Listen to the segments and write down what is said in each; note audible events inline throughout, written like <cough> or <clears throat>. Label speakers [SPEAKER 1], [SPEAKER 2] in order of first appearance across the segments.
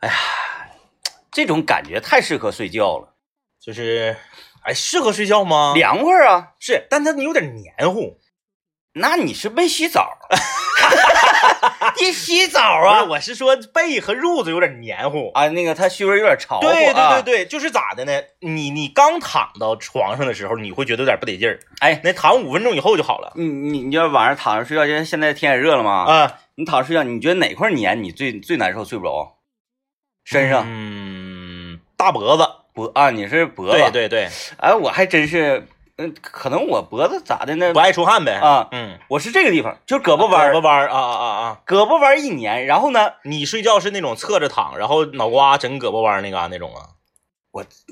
[SPEAKER 1] 哎呀，这种感觉太适合睡觉了，
[SPEAKER 2] 就是，哎，适合睡觉吗？
[SPEAKER 1] 凉快啊！
[SPEAKER 2] 是，但它有点黏糊。
[SPEAKER 1] 那你是没洗澡？ <laughs> 一洗澡
[SPEAKER 2] 不是
[SPEAKER 1] 啊
[SPEAKER 2] 我是说背和褥子有点黏糊。
[SPEAKER 1] 啊，那个它虚位有点潮啊
[SPEAKER 2] 对对
[SPEAKER 1] 对，
[SPEAKER 2] 对对，就是咋的呢？你你刚躺到床上的时候，你会觉得有点不得劲儿。
[SPEAKER 1] 哎，
[SPEAKER 2] 那躺五分钟以后就好了。
[SPEAKER 1] 你你你要晚上躺着睡觉，因为现在天也热了嘛，
[SPEAKER 2] 啊，
[SPEAKER 1] 你躺着睡觉，你觉得哪块黏你最最难受，睡不着？身上
[SPEAKER 2] 嗯，大脖子。
[SPEAKER 1] 脖啊，你是脖子？
[SPEAKER 2] 对。对对，
[SPEAKER 1] 哎，我还真是，嗯，可能我脖子咋的呢
[SPEAKER 2] 不？爱出汗呗。
[SPEAKER 1] 啊
[SPEAKER 2] 嗯，
[SPEAKER 1] 我是这个地方，就是胳
[SPEAKER 2] 胳
[SPEAKER 1] 膊弯儿，
[SPEAKER 2] 胳膊弯儿啊啊啊啊！
[SPEAKER 1] 胳膊弯儿一粘，然后呢，
[SPEAKER 2] 你睡觉是那种侧着躺，然后脑瓜枕胳膊弯儿那嘎、那种啊？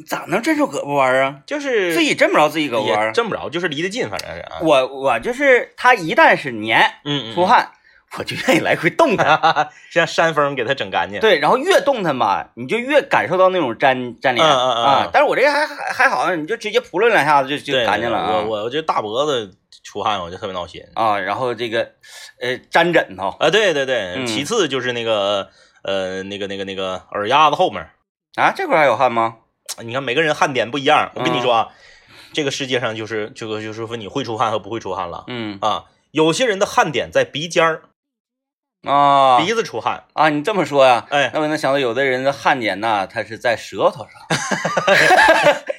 [SPEAKER 1] 咋能震受胳膊弯儿啊？
[SPEAKER 2] 就是
[SPEAKER 1] 自己震不着自己胳膊弯
[SPEAKER 2] 也
[SPEAKER 1] 儿。啊
[SPEAKER 2] 震不着，就是离得近，反正是啊。
[SPEAKER 1] 我我就是，它一旦是粘
[SPEAKER 2] 嗯嗯，
[SPEAKER 1] 出汗，我就愿意来回动它。
[SPEAKER 2] <laughs> 嗯，让山峰给它整干净。
[SPEAKER 1] 对，然后越动它吧，你就越感受到那种粘粘连
[SPEAKER 2] 嗯嗯嗯
[SPEAKER 1] 啊。但是我这个还还还好，你就直接扑棱两下子就就
[SPEAKER 2] 对，
[SPEAKER 1] 干净了啊
[SPEAKER 2] 我我我觉得大脖子出汗，我就特别闹心。
[SPEAKER 1] 啊。然后这个，呃，粘枕头
[SPEAKER 2] 啊，对对对，
[SPEAKER 1] 嗯
[SPEAKER 2] 其次就是那个呃，那个那个那个耳丫子后面儿，
[SPEAKER 1] 啊，这块儿还有汗吗？
[SPEAKER 2] 你看每个人汗点不一样。我跟你
[SPEAKER 1] 嗯
[SPEAKER 2] 说啊，这个世界上就是这个就是说你会出汗和不会出汗了
[SPEAKER 1] 嗯
[SPEAKER 2] 啊。有些人的汗点在鼻尖儿，
[SPEAKER 1] 啊
[SPEAKER 2] 鼻子出汗，
[SPEAKER 1] 啊，你这么说呀、
[SPEAKER 2] 哎，
[SPEAKER 1] 那我能想到有的人的汗点呐，它是在舌头上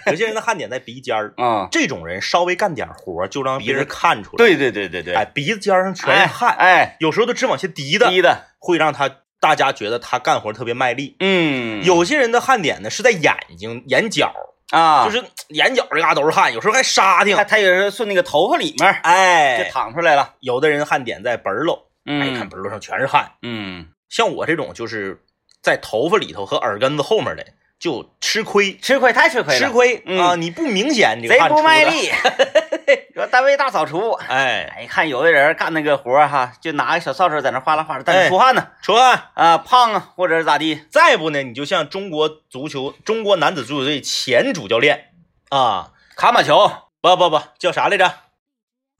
[SPEAKER 2] 有些人的汗点在鼻尖儿。
[SPEAKER 1] 啊。
[SPEAKER 2] 这种人稍微干点活儿就让别
[SPEAKER 1] 鼻
[SPEAKER 2] 人
[SPEAKER 1] 子
[SPEAKER 2] 看出来，
[SPEAKER 1] 对对对对对，
[SPEAKER 2] 哎，鼻子尖儿上全
[SPEAKER 1] 哎
[SPEAKER 2] 是汗，
[SPEAKER 1] 哎，
[SPEAKER 2] 有时候都直往下滴的，
[SPEAKER 1] 低的，
[SPEAKER 2] 会让他大家觉得他干活特别卖力。
[SPEAKER 1] 嗯，
[SPEAKER 2] 有些人的汗点呢是在眼睛、眼角，
[SPEAKER 1] 啊，
[SPEAKER 2] 就是眼角这嘎都是汗，有时候还沙挺
[SPEAKER 1] 他。他有时候顺那个头发里面儿就
[SPEAKER 2] 哎，
[SPEAKER 1] 淌出来了。
[SPEAKER 2] 有的人汗点在本儿篓，哎，看
[SPEAKER 1] 嗯
[SPEAKER 2] 本儿篓上全是汗。
[SPEAKER 1] 嗯，
[SPEAKER 2] 像我这种就是在头发里头和耳根子后面的就吃亏，
[SPEAKER 1] 吃亏太吃亏了，
[SPEAKER 2] 吃亏
[SPEAKER 1] 嗯
[SPEAKER 2] 啊！你不明显，你这
[SPEAKER 1] 贼
[SPEAKER 2] 个汗
[SPEAKER 1] 不
[SPEAKER 2] 出
[SPEAKER 1] 卖
[SPEAKER 2] 的。
[SPEAKER 1] 力。 <laughs> 说单位大扫除，
[SPEAKER 2] 哎，
[SPEAKER 1] 哎，看有的人干那个活儿哈，就拿个小扫帚在那哗啦哗啦，但
[SPEAKER 2] 哎
[SPEAKER 1] 是出汗呢，
[SPEAKER 2] 出汗。
[SPEAKER 1] 啊，胖啊，或者是咋地，
[SPEAKER 2] 再不呢，你就像中国足球中国男子足球队前主教练啊，
[SPEAKER 1] 卡马乔
[SPEAKER 2] 不不不，叫啥来着？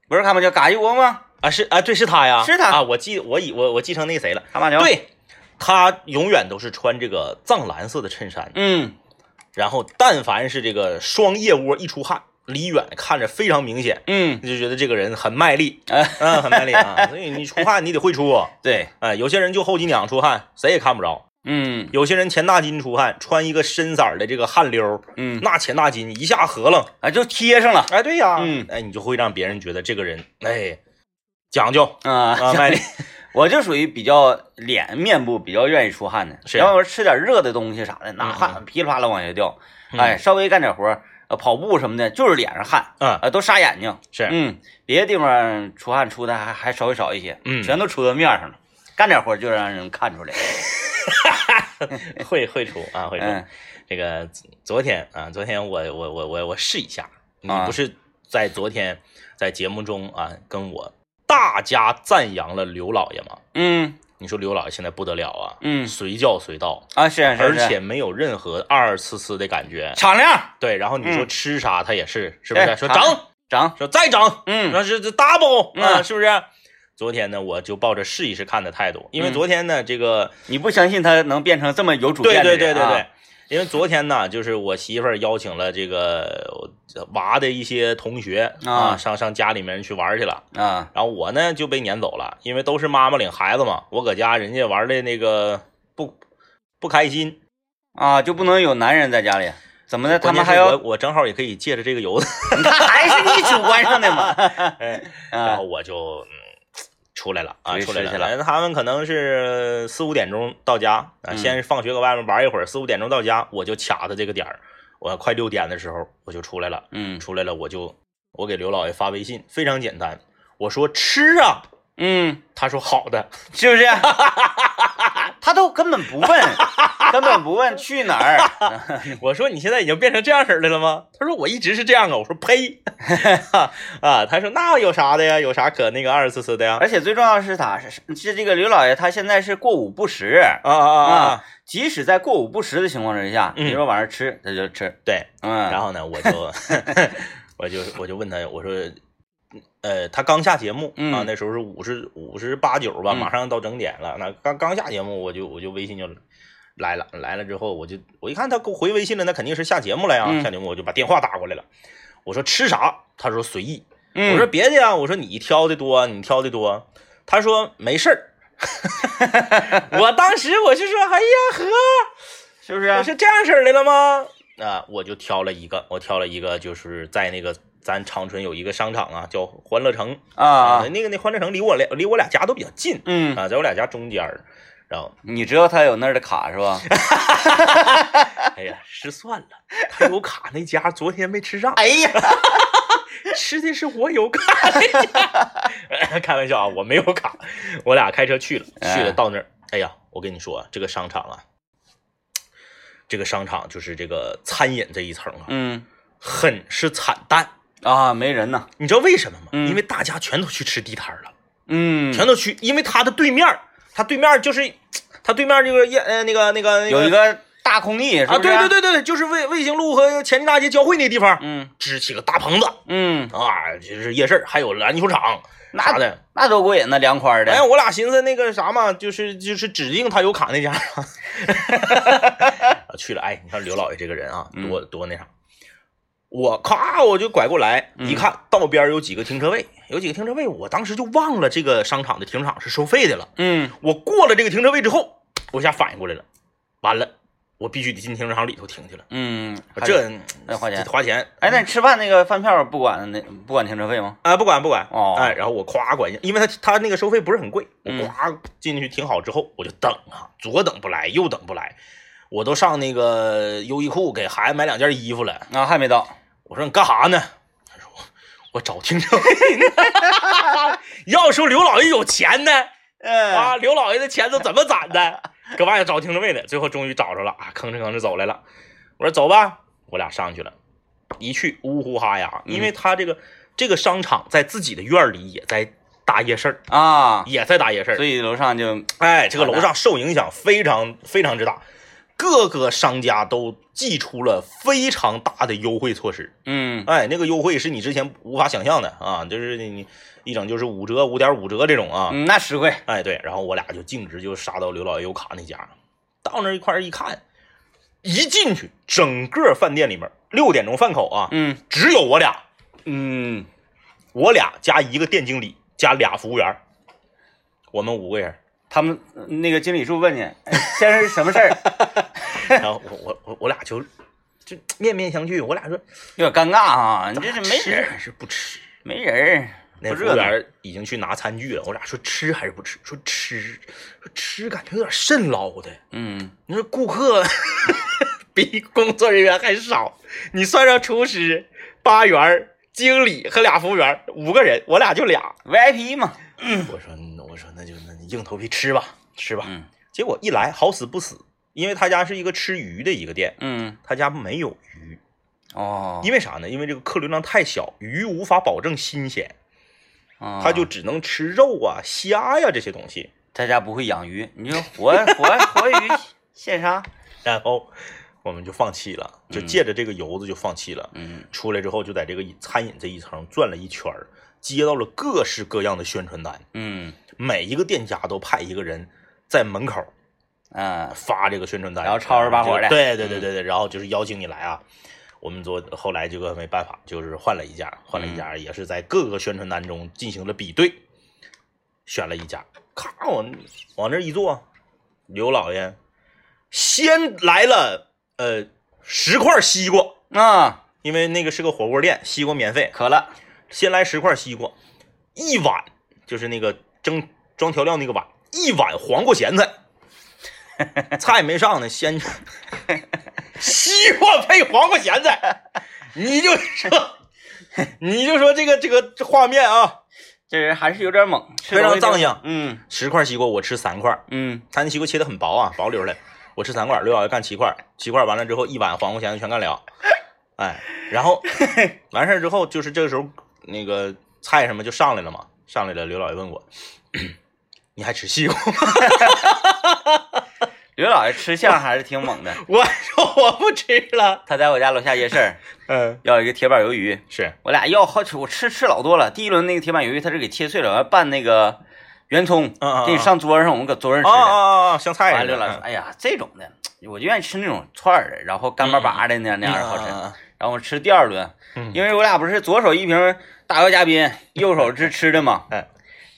[SPEAKER 1] 不是卡马乔，嘎一窝吗？
[SPEAKER 2] 啊，是啊，对，是他呀，
[SPEAKER 1] 是他
[SPEAKER 2] 啊，我记我以我我记成那谁了，
[SPEAKER 1] 卡马乔，，
[SPEAKER 2] 对，他永远都是穿这个藏蓝色的衬衫，
[SPEAKER 1] 嗯。
[SPEAKER 2] 然后但凡是这个双腋窝一出汗，离远看着非常明显，
[SPEAKER 1] 嗯，
[SPEAKER 2] 你就觉得这个人很卖力，
[SPEAKER 1] 哎
[SPEAKER 2] 嗯，很卖力啊， <laughs> 所以你出汗你得会出，
[SPEAKER 1] 对，
[SPEAKER 2] 哎，有些人就后脊梁出汗，谁也看不着。
[SPEAKER 1] 嗯
[SPEAKER 2] 有些人前大筋出汗，穿一个深色儿的这个汗溜儿，
[SPEAKER 1] 嗯，
[SPEAKER 2] 那前大筋一下合楞，
[SPEAKER 1] 啊，就贴上了
[SPEAKER 2] 哎，对呀，
[SPEAKER 1] 嗯
[SPEAKER 2] 哎，你就会让别人觉得这个人哎讲究
[SPEAKER 1] 啊
[SPEAKER 2] 啊，卖 <laughs> 力，
[SPEAKER 1] <laughs> 我就属于比较脸面部比较愿意出汗的，
[SPEAKER 2] 是
[SPEAKER 1] 要是吃点热的东西啥的，那
[SPEAKER 2] 嗯
[SPEAKER 1] 汗噼里啪啦往下掉。
[SPEAKER 2] 嗯
[SPEAKER 1] 哎，稍微干点活儿，呃，跑步什么的，就是脸上汗，
[SPEAKER 2] 嗯
[SPEAKER 1] 呃，都沙眼睛。
[SPEAKER 2] 是。
[SPEAKER 1] 嗯，别的地方出汗出的还还稍微少一些，
[SPEAKER 2] 嗯
[SPEAKER 1] 全都出到面上了。干点活儿就让人看出来，
[SPEAKER 2] 会会出啊，会出。
[SPEAKER 1] 嗯
[SPEAKER 2] 这个昨天啊，昨天我我我我我试一下，你
[SPEAKER 1] 啊
[SPEAKER 2] 不是在昨天在节目中啊跟我大家赞扬了刘老爷吗？
[SPEAKER 1] 嗯
[SPEAKER 2] 你说刘老爷现在不得了啊，
[SPEAKER 1] 嗯
[SPEAKER 2] 随叫随到，
[SPEAKER 1] 啊是啊是啊
[SPEAKER 2] 而
[SPEAKER 1] 是啊
[SPEAKER 2] 且没有任何二次次的感觉。
[SPEAKER 1] 敞亮
[SPEAKER 2] 对，然后你说
[SPEAKER 1] 嗯
[SPEAKER 2] 吃啥他也是，是不是？
[SPEAKER 1] 哎
[SPEAKER 2] 说
[SPEAKER 1] 他
[SPEAKER 2] 涨，
[SPEAKER 1] 长，
[SPEAKER 2] 说再涨，
[SPEAKER 1] 嗯
[SPEAKER 2] 那是这 double 啊，
[SPEAKER 1] 嗯
[SPEAKER 2] 是不是？昨天呢，我就抱着试一试看的态度，因为
[SPEAKER 1] 嗯
[SPEAKER 2] 昨天呢，这个
[SPEAKER 1] 你不相信他能变成这么有主
[SPEAKER 2] 对
[SPEAKER 1] 见的
[SPEAKER 2] 对
[SPEAKER 1] 人
[SPEAKER 2] 对对
[SPEAKER 1] 啊
[SPEAKER 2] 对，因为昨天呢，就是我媳妇儿邀请了这个我娃的一些同学啊，
[SPEAKER 1] 啊
[SPEAKER 2] 上上家里面去玩去了。
[SPEAKER 1] 啊
[SPEAKER 2] 然后我呢就被撵走了，因为都是妈妈领孩子嘛，我搁家人家玩的那个不不开心。
[SPEAKER 1] 啊就不能有男人在家里，啊怎么的？他
[SPEAKER 2] 关键
[SPEAKER 1] 们
[SPEAKER 2] 是
[SPEAKER 1] 还要
[SPEAKER 2] 我我正好也可以借着这个
[SPEAKER 1] <laughs>
[SPEAKER 2] 由子，
[SPEAKER 1] 那还是你主观上的嘛。
[SPEAKER 2] <laughs> 然
[SPEAKER 1] 啊
[SPEAKER 2] 后我就嗯出来了
[SPEAKER 1] 出
[SPEAKER 2] 啊，
[SPEAKER 1] 去
[SPEAKER 2] 出来
[SPEAKER 1] 吃去
[SPEAKER 2] 了。
[SPEAKER 1] 了
[SPEAKER 2] 反正他们可能是四五点钟到家啊，
[SPEAKER 1] 嗯
[SPEAKER 2] 先放学搁外面玩一会儿，四五点钟到家，我就卡着这个点儿，我快六点的时候我就出来了。
[SPEAKER 1] 嗯
[SPEAKER 2] 出来了，我就我给刘老爷发微信，非常简单，我说吃啊，
[SPEAKER 1] 嗯，
[SPEAKER 2] 他说好 <laughs> 的，
[SPEAKER 1] 是不是？ <laughs> 他都根本不问，根本不问去哪儿。
[SPEAKER 2] 我说你现在已经变成这样式儿的了吗？他说我一直是这样啊，我说 <laughs> 呸，啊，他说那有啥的呀，有啥可那个二次次的呀？
[SPEAKER 1] 而且最重要的是他，是是这个刘老爷，他现在是过午不食
[SPEAKER 2] 啊啊啊啊！
[SPEAKER 1] 即使在过午不食的情况之下，
[SPEAKER 2] 嗯
[SPEAKER 1] 你说晚上吃，他就吃。
[SPEAKER 2] 对，
[SPEAKER 1] 嗯，
[SPEAKER 2] 然后呢，
[SPEAKER 1] <laughs>
[SPEAKER 2] 我就我就我就问他，我说。呃，他刚下节目
[SPEAKER 1] 嗯
[SPEAKER 2] 啊，那时候是五十五十八九吧，
[SPEAKER 1] 嗯
[SPEAKER 2] 马上到整点了。那刚刚下节目，我就我就微信就来了，来了之后，我就我一看他给我回微信了，那肯定是下节目了呀，
[SPEAKER 1] 嗯
[SPEAKER 2] 下节目我就把电话打过来了，我说吃啥？他说随意，
[SPEAKER 1] 嗯
[SPEAKER 2] 我说别的呀，我说你挑的多，你挑的多。他说没事儿。 <laughs> 我当时我是说，哎呀
[SPEAKER 1] 是不是
[SPEAKER 2] 呵，
[SPEAKER 1] 啊
[SPEAKER 2] 我？是这样式儿的了吗？啊，我就挑了一个，我挑了一个，就是在那个咱长春有一个商场啊，叫欢乐城
[SPEAKER 1] 啊，
[SPEAKER 2] 那个那欢乐城离我俩离我俩家都比较近
[SPEAKER 1] 嗯，
[SPEAKER 2] 啊，在我俩家中间儿。然 <laughs> 后，
[SPEAKER 1] 你知道他有那儿的卡是吧？
[SPEAKER 2] 哎呀，失算了，他有卡那家昨天没吃上，
[SPEAKER 1] 哎呀，
[SPEAKER 2] <laughs> 吃的是我有卡， <laughs> 开玩笑啊，我没有卡，我俩开车去了，去了
[SPEAKER 1] 哎
[SPEAKER 2] 到那儿，哎呀，我跟你说啊，这个商场啊，这个商场就是这个餐饮这一层啊，
[SPEAKER 1] 嗯
[SPEAKER 2] 很是惨淡，
[SPEAKER 1] 啊，没人呐，
[SPEAKER 2] 你知道为什么吗？
[SPEAKER 1] 嗯
[SPEAKER 2] 因为大家全都去吃地摊儿了，
[SPEAKER 1] 嗯，
[SPEAKER 2] 全都去，因为它的对面儿，它对面儿就是它对面儿就是夜呃那个那个那
[SPEAKER 1] 有一个大空地，是不
[SPEAKER 2] 啊，
[SPEAKER 1] 是？
[SPEAKER 2] 对对，对对，就是卫卫星路和前进大街交汇那地方，
[SPEAKER 1] 嗯
[SPEAKER 2] 支起个大棚子
[SPEAKER 1] 嗯，
[SPEAKER 2] 啊，就是夜市，还有篮球场啥
[SPEAKER 1] 那
[SPEAKER 2] 的。
[SPEAKER 1] 那多过瘾呐，凉快儿的
[SPEAKER 2] 哎，，我俩寻思那个啥嘛，就是就是指定他有卡那家， <laughs> 去了。哎，你看刘老爷这个人啊，
[SPEAKER 1] 嗯
[SPEAKER 2] 多多那啥。我咔，我就拐过来
[SPEAKER 1] 嗯
[SPEAKER 2] 一看，道边有几个停车位，有几个停车位，我当时就忘了这个商场的停车场是收费的了。
[SPEAKER 1] 嗯
[SPEAKER 2] 我过了这个停车位之后，我一下反应过来了，完了，我必须得进停车场里头停去了。
[SPEAKER 1] 嗯，
[SPEAKER 2] 这
[SPEAKER 1] 那花钱
[SPEAKER 2] 花钱，
[SPEAKER 1] 哎，那你吃饭那个饭票不管那不管停车费吗？
[SPEAKER 2] 啊，不管不管，
[SPEAKER 1] 哦
[SPEAKER 2] 哎，然后我夸管一下，因为他他那个收费不是很贵，我
[SPEAKER 1] 嗯
[SPEAKER 2] 夸进去停好之后，我就等啊，左等不来，右等不来，我都上那个优衣库给孩子买两件衣服了。
[SPEAKER 1] 啊，还没到，
[SPEAKER 2] 我说你干啥呢？他说我我找停车位呢。 <laughs> 要说刘老爷有钱呢，
[SPEAKER 1] 嗯
[SPEAKER 2] 啊，刘老爷的钱都怎么攒的？搁外头找停车位呢，最后终于找着了啊，吭哧吭哧走来了。我说走吧，我俩上去了，一去呜呼哈呀，因
[SPEAKER 1] 嗯
[SPEAKER 2] 为他这个、这个商场在自己的院儿里也在搭夜市儿，
[SPEAKER 1] 啊，
[SPEAKER 2] 也在搭夜市儿
[SPEAKER 1] 所。以楼上就
[SPEAKER 2] 哎，这个楼上受影响非常非常之大，各个商家都祭出了非常大的优惠措施。
[SPEAKER 1] 嗯
[SPEAKER 2] 哎，那个优惠是你之前无法想象的啊，就是你你一整就是五折、五点五折这种啊。
[SPEAKER 1] 嗯，那实惠，
[SPEAKER 2] 哎，对，然后我俩就径直就杀到刘老爷有卡那家，到那一块儿一看，一进去，整个饭店里面六点钟饭口啊，
[SPEAKER 1] 嗯
[SPEAKER 2] 只有我俩，
[SPEAKER 1] 嗯，
[SPEAKER 2] 我俩加一个店经理加俩服务员儿，我们五个人。
[SPEAKER 1] 他们呃那个经理处问你，哎先生是什么事儿？ <laughs>
[SPEAKER 2] 然后我我我我俩就就面面相觑，我俩说
[SPEAKER 1] 有点尴尬啊，你这是没
[SPEAKER 2] 吃
[SPEAKER 1] 人儿，
[SPEAKER 2] 还是不吃？
[SPEAKER 1] 没人儿，
[SPEAKER 2] 那
[SPEAKER 1] 不
[SPEAKER 2] 服务
[SPEAKER 1] 热
[SPEAKER 2] 员
[SPEAKER 1] 闹。
[SPEAKER 2] 儿已经去拿餐具了，我俩说吃还是不吃？说吃，说吃感觉有点渗捞的。
[SPEAKER 1] 嗯，
[SPEAKER 2] 你说顾客比工作人员还少，你算上厨师、八元儿、经理和俩服务员儿，五个人，我俩就俩。
[SPEAKER 1] VIP 嘛，
[SPEAKER 2] 我说，嗯我说那就那你硬头皮吃吧，吃吧。
[SPEAKER 1] 嗯
[SPEAKER 2] 结果一来好死不死，因为他家是一个吃鱼的一个店，
[SPEAKER 1] 嗯，
[SPEAKER 2] 他家没有鱼，
[SPEAKER 1] 哦，
[SPEAKER 2] 因为啥呢？因为这个客流量太小，鱼无法保证新鲜，
[SPEAKER 1] 啊
[SPEAKER 2] 他就只能吃肉啊、虾呀、这些东西。
[SPEAKER 1] 他家不会养鱼，你说活活活鱼现杀，
[SPEAKER 2] 然后我们就放弃了，就借着这个由子就放弃了。
[SPEAKER 1] 嗯
[SPEAKER 2] 出来之后，就在这个餐饮这一层转了一圈儿，接到了各式各样的宣传单，
[SPEAKER 1] 嗯
[SPEAKER 2] 每一个店家都派一个人在门口
[SPEAKER 1] 啊，
[SPEAKER 2] 发这个宣传单，
[SPEAKER 1] 然后吵吵把火的嗯
[SPEAKER 2] 对对对对对，然后就是邀请你来啊。我们昨后来这个没办法，就是换了一家，换了一
[SPEAKER 1] 嗯
[SPEAKER 2] 家，也是在各个宣传单中进行了比对，选了一家，咔往往这一坐，刘老爷先来了呃十块西瓜，
[SPEAKER 1] 啊，
[SPEAKER 2] 因为那个是个火锅店，西瓜免费，
[SPEAKER 1] 渴了，
[SPEAKER 2] 先来十块西瓜，一碗就是那个蒸装调料那个碗，一碗黄瓜咸菜，菜没上呢，先西瓜配黄瓜咸菜，你就说，你就说这个这个这画面啊，
[SPEAKER 1] 这人还是有点猛，
[SPEAKER 2] 非常藏性
[SPEAKER 1] 嗯
[SPEAKER 2] 十块西瓜我吃三块，
[SPEAKER 1] 嗯
[SPEAKER 2] 他那西瓜切的很薄啊，薄溜的，我吃三块，刘老爷干七块，七块完了之后一碗黄瓜咸菜全干了，哎，然 <laughs> 后完事儿之后就是这个时候那个菜什么就上来了嘛，上来了，刘老爷问我， <coughs> 你还吃西瓜？
[SPEAKER 1] 刘老爷吃相还是挺猛的，
[SPEAKER 2] <laughs> 我说我不吃了，
[SPEAKER 1] 他在我家楼下夜市儿
[SPEAKER 2] 嗯，
[SPEAKER 1] 要一个铁板鱿鱼，
[SPEAKER 2] 是
[SPEAKER 1] 我俩要好吃，我吃吃老多了。第一轮那个铁板鱿鱼，他是给切碎了，完拌那个圆葱
[SPEAKER 2] 嗯嗯，
[SPEAKER 1] 给你上桌上，我们搁桌上吃
[SPEAKER 2] 啊
[SPEAKER 1] 的。
[SPEAKER 2] 啊啊啊，香菜
[SPEAKER 1] 完了
[SPEAKER 2] 似
[SPEAKER 1] 刘老哎
[SPEAKER 2] 的
[SPEAKER 1] 师说，哎呀，这种的我就愿意吃那种串儿的，然后干巴巴的那样那样的好吃。
[SPEAKER 2] 嗯啊
[SPEAKER 1] 然后我吃第二顿，
[SPEAKER 2] 嗯
[SPEAKER 1] 因为我俩不是左手一瓶大姚嘉
[SPEAKER 2] <laughs>
[SPEAKER 1] 宾，右手是吃的嘛。
[SPEAKER 2] 哎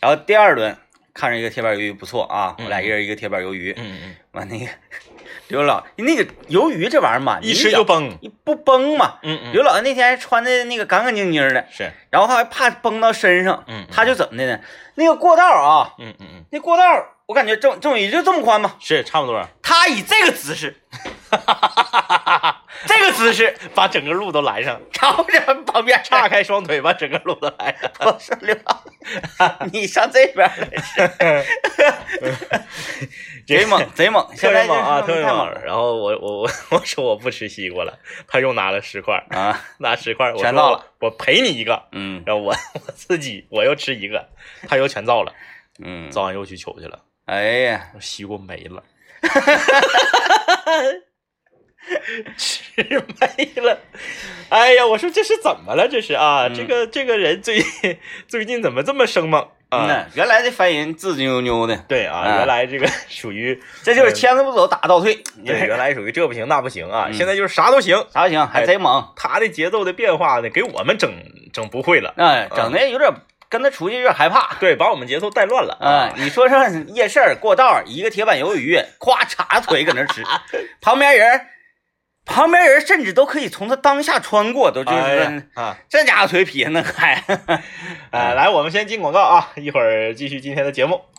[SPEAKER 1] 然后第二顿看着一个铁板鱿鱼不错啊，
[SPEAKER 2] 嗯
[SPEAKER 1] 我俩一人一个铁板鱿鱼，
[SPEAKER 2] 嗯嗯，
[SPEAKER 1] 完那个 <laughs> 刘老那个鱿鱼这玩意儿嘛，
[SPEAKER 2] 一吃就崩。
[SPEAKER 1] 你不崩嘛。
[SPEAKER 2] 嗯嗯，
[SPEAKER 1] 刘老那天穿的那个干干净净的，
[SPEAKER 2] 是，
[SPEAKER 1] 然后他还怕崩到身上，
[SPEAKER 2] 嗯嗯
[SPEAKER 1] 他就怎么的呢？那个过道啊，
[SPEAKER 2] 嗯嗯嗯，
[SPEAKER 1] 那过道我感觉正正也就这么宽吧，
[SPEAKER 2] 是差不多，
[SPEAKER 1] 他以这个姿
[SPEAKER 2] <laughs>
[SPEAKER 1] 势，这个姿势，
[SPEAKER 2] 把整个路都拦上，
[SPEAKER 1] 然后这旁边
[SPEAKER 2] 岔开双腿把整个路都拦上。
[SPEAKER 1] <laughs> 我说刘老，你上这边来
[SPEAKER 2] <laughs>
[SPEAKER 1] 吃，贼猛贼猛，
[SPEAKER 2] 特
[SPEAKER 1] 现在
[SPEAKER 2] 别
[SPEAKER 1] 就
[SPEAKER 2] 猛
[SPEAKER 1] 是
[SPEAKER 2] 啊，特别
[SPEAKER 1] 太猛
[SPEAKER 2] 猛！
[SPEAKER 1] 了
[SPEAKER 2] 然后我我我我说我不吃西瓜了，他又拿了十块，
[SPEAKER 1] <laughs> 啊，
[SPEAKER 2] 拿十块，我
[SPEAKER 1] 全
[SPEAKER 2] 说
[SPEAKER 1] 造了，
[SPEAKER 2] 我赔你一个。
[SPEAKER 1] 嗯
[SPEAKER 2] 然后我我自己我又吃一个，他又全造了。
[SPEAKER 1] 嗯，
[SPEAKER 2] 造完又去取去了，
[SPEAKER 1] 哎呀，
[SPEAKER 2] 西瓜没 <laughs> 了，吃没了。哎呀，我说这是怎么了？这是啊，
[SPEAKER 1] 嗯
[SPEAKER 2] 这个这个人最最近怎么这么生猛啊？
[SPEAKER 1] 那嗯原来这凡人自妞妞的，
[SPEAKER 2] 对啊，
[SPEAKER 1] 啊
[SPEAKER 2] 原来这个 <laughs> 属于
[SPEAKER 1] 这就是牵着不走，打倒退，
[SPEAKER 2] 对，原来属于这不哎行那不行啊，
[SPEAKER 1] 嗯
[SPEAKER 2] 现在就是啥都行。
[SPEAKER 1] 啥行，还贼猛，
[SPEAKER 2] 他的节奏的变化呢，给我们整整不会了，
[SPEAKER 1] 那哎整的有点跟他出去有点害怕。
[SPEAKER 2] 对，把我们节奏带乱了
[SPEAKER 1] 啊，。你说上夜市儿过道儿一个铁板鱿鱼，咵叉腿搁那儿
[SPEAKER 2] <laughs>
[SPEAKER 1] 吃，旁边人儿，旁边人儿甚至都可以从他当下穿过，都就是
[SPEAKER 2] 哎
[SPEAKER 1] 说、
[SPEAKER 2] 呀啊，
[SPEAKER 1] 这家伙腿撇那开，
[SPEAKER 2] 呃，来，我们先进广告啊，一会儿继续今天的节目。
[SPEAKER 1] <laughs>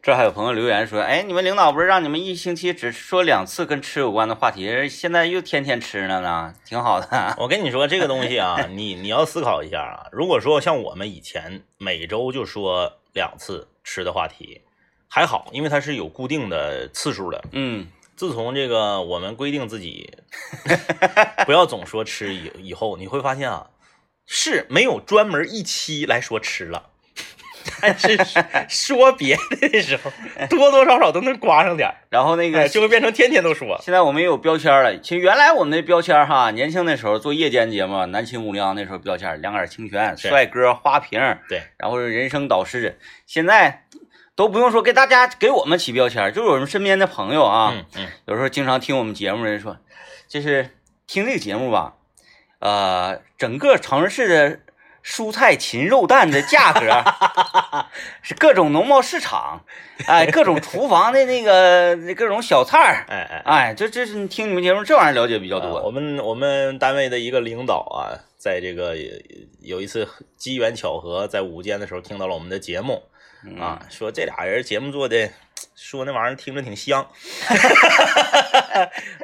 [SPEAKER 1] 这还有朋友留言说，哎，你们领导不是让你们一星期只说两次跟吃有关的话题，现在又天天吃了呢，挺好的。
[SPEAKER 2] 我跟你说这个东西啊，你你要思考一下啊。如果说像我们以前每周就说两次吃的话题，还好，因为它是有固定的次数的。
[SPEAKER 1] 嗯，
[SPEAKER 2] 自从这个我们规定自己 <laughs> 不要总说吃以以后，你会发现啊，是没有专门一期来说吃了。 <laughs> 但是说别的的时候，多多少少都能刮上点儿，
[SPEAKER 1] 然后那
[SPEAKER 2] 哎，
[SPEAKER 1] 个
[SPEAKER 2] 就会变成天天都说。
[SPEAKER 1] 现在我们也有标签了，其实原来我们那标签哈，年轻的时候做夜间节目，南秦无量那时候标签，两杆清泉、
[SPEAKER 2] 是
[SPEAKER 1] 帅哥、花瓶，
[SPEAKER 2] 对，
[SPEAKER 1] 然后是人生导师，现在都不用说给大家给我们起标签，就是我们身边的朋友啊，
[SPEAKER 2] 嗯嗯，
[SPEAKER 1] 有时候经常听我们节目的人说，就是听这个节目吧，呃，整个长市的蔬菜、禽肉、蛋的价格
[SPEAKER 2] <laughs>
[SPEAKER 1] 是各种农贸市场，哎，各种厨房的那个各种小菜儿。
[SPEAKER 2] 哎哎，
[SPEAKER 1] <laughs> 哎，这这是你听你们节目这玩意儿了解比较
[SPEAKER 2] 啊我
[SPEAKER 1] 多。
[SPEAKER 2] 们我们单位的一个领导啊，在这个呃有一次机缘巧合，在午间的时候听到了我们的节目
[SPEAKER 1] 嗯
[SPEAKER 2] 啊，说这俩人节目做的，说那玩意儿听着
[SPEAKER 1] <laughs>
[SPEAKER 2] 挺香，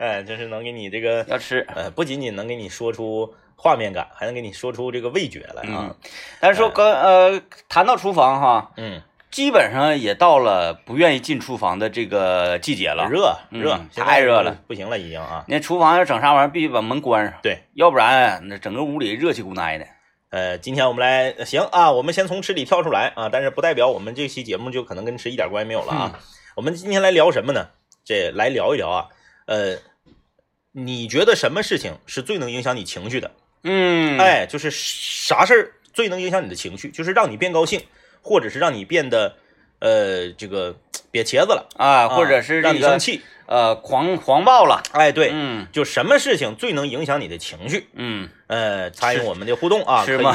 [SPEAKER 2] 哎，就是能给你这个
[SPEAKER 1] 要吃，
[SPEAKER 2] 呃，不仅仅能给你说出画面感，还能给你说出这个味觉来啊。
[SPEAKER 1] 但是说刚呃谈到厨房哈，
[SPEAKER 2] 嗯，
[SPEAKER 1] 基本上也到了不愿意进厨房的这个季节了。
[SPEAKER 2] 热
[SPEAKER 1] 嗯
[SPEAKER 2] 热，现在
[SPEAKER 1] 太热了，
[SPEAKER 2] 不行了已经啊。
[SPEAKER 1] 那厨房要整啥玩意儿，必须把门关上，
[SPEAKER 2] 对，
[SPEAKER 1] 要不然那整个屋里热气咕奶的。
[SPEAKER 2] 呃，今天我们来行啊，我们先从吃里跳出来啊，但是不代表我们这期节目就可能跟吃一点关系没有了啊。
[SPEAKER 1] 嗯
[SPEAKER 2] 我们今天来聊什么呢？这来聊一聊啊，呃，你觉得什么事情是最能影响你情绪的？
[SPEAKER 1] 嗯，，
[SPEAKER 2] 哎，就是啥事儿最能影响你的情绪，就是让你变高兴，或者是让你变得呃这个瘪茄子了，
[SPEAKER 1] 啊，
[SPEAKER 2] 啊
[SPEAKER 1] 或者是
[SPEAKER 2] 让
[SPEAKER 1] 这
[SPEAKER 2] 你生
[SPEAKER 1] 个
[SPEAKER 2] 气。
[SPEAKER 1] 呃狂狂暴了。
[SPEAKER 2] 哎，对，
[SPEAKER 1] 嗯
[SPEAKER 2] 就什么事情最能影响你的情绪？
[SPEAKER 1] 嗯，
[SPEAKER 2] 呃，参与我们的互动啊，
[SPEAKER 1] 吃
[SPEAKER 2] 可以
[SPEAKER 1] 吗？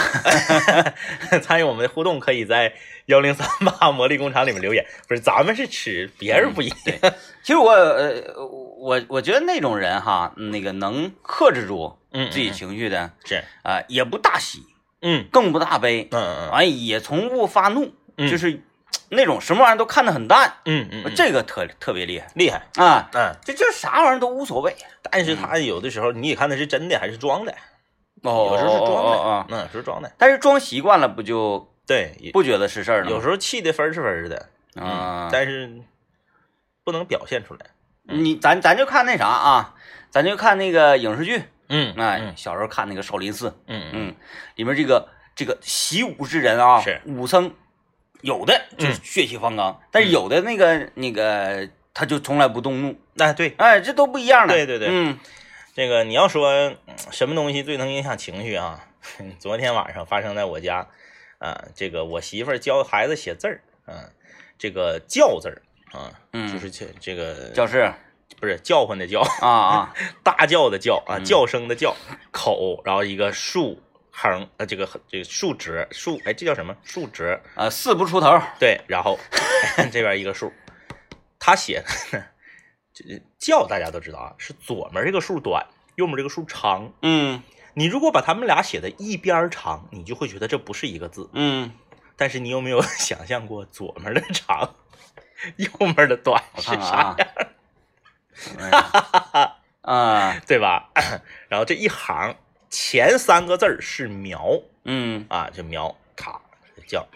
[SPEAKER 2] <laughs> 参与我们的互动，可以在幺零三八魔力工厂里面留言。不是，咱们是吃，别人不一定。
[SPEAKER 1] 其实我呃我我觉得那种人哈，那个能克制住
[SPEAKER 2] 嗯，
[SPEAKER 1] 自己
[SPEAKER 2] 嗯
[SPEAKER 1] 情绪的啊、
[SPEAKER 2] 是，
[SPEAKER 1] 也不大喜，
[SPEAKER 2] 嗯
[SPEAKER 1] 更不大悲，
[SPEAKER 2] 嗯嗯
[SPEAKER 1] 完、也从不发怒，
[SPEAKER 2] 嗯
[SPEAKER 1] 就是那种什么玩意儿都看得很淡，
[SPEAKER 2] 嗯嗯嗯，
[SPEAKER 1] 这个特特别厉害
[SPEAKER 2] 厉害。
[SPEAKER 1] 啊。
[SPEAKER 2] 嗯，
[SPEAKER 1] 这这啥玩意儿都无所谓，
[SPEAKER 2] 但是他有的时候你也看他是真的还是装的，有
[SPEAKER 1] 有
[SPEAKER 2] 时候是装
[SPEAKER 1] 哦哦
[SPEAKER 2] 的
[SPEAKER 1] 哦，
[SPEAKER 2] 嗯，有时候装的。
[SPEAKER 1] 但是装习惯了不就
[SPEAKER 2] 对，也
[SPEAKER 1] 不觉得是事儿了吗？
[SPEAKER 2] 有时候气的分儿是分儿的，
[SPEAKER 1] 啊
[SPEAKER 2] 嗯，但是不能表现出来。
[SPEAKER 1] 你咱咱就看那啥啊，咱就看那个影视剧，
[SPEAKER 2] 嗯
[SPEAKER 1] 哎，小时候看那个《少林寺》，
[SPEAKER 2] 嗯嗯
[SPEAKER 1] 嗯，里面这个这个习武之人啊，
[SPEAKER 2] 是嗯
[SPEAKER 1] 武僧，有的就是血气方刚，但是有的那个那个他就从来不动怒，
[SPEAKER 2] 嗯，哎，对，
[SPEAKER 1] 哎，这都不一样的。
[SPEAKER 2] 对对对
[SPEAKER 1] 嗯，
[SPEAKER 2] 这个你要说嗯什么东西最能影响情绪啊？ <laughs> 昨天晚上发生在我家，啊，这个我媳妇儿教孩子写字儿，嗯、这个“教”字儿，啊，
[SPEAKER 1] 嗯
[SPEAKER 2] 就是这这个
[SPEAKER 1] 教室
[SPEAKER 2] 不是叫唤的叫，
[SPEAKER 1] 啊啊，
[SPEAKER 2] 大叫的叫啊，叫声的叫，口，然后一个竖横，呃，这个这个竖直竖，哎，这叫什么？竖直
[SPEAKER 1] 呃，四不出头，
[SPEAKER 2] 对，然后 <laughs> 这边一个竖，他写这叫大家都知道啊，是左面这个竖短，右面这个竖长。
[SPEAKER 1] 嗯
[SPEAKER 2] 你如果把他们俩写的一边儿长，你就会觉得这不是一个字。
[SPEAKER 1] 嗯，
[SPEAKER 2] 但是你有没 <laughs> 有想象过左面的长，右面的短
[SPEAKER 1] 我
[SPEAKER 2] 是
[SPEAKER 1] 看看
[SPEAKER 2] 啥
[SPEAKER 1] 啊哎
[SPEAKER 2] 样，， <laughs>
[SPEAKER 1] 啊
[SPEAKER 2] 对吧？ <coughs> 然后这一行前三个字儿是苗
[SPEAKER 1] 嗯
[SPEAKER 2] 啊，这苗咔叫，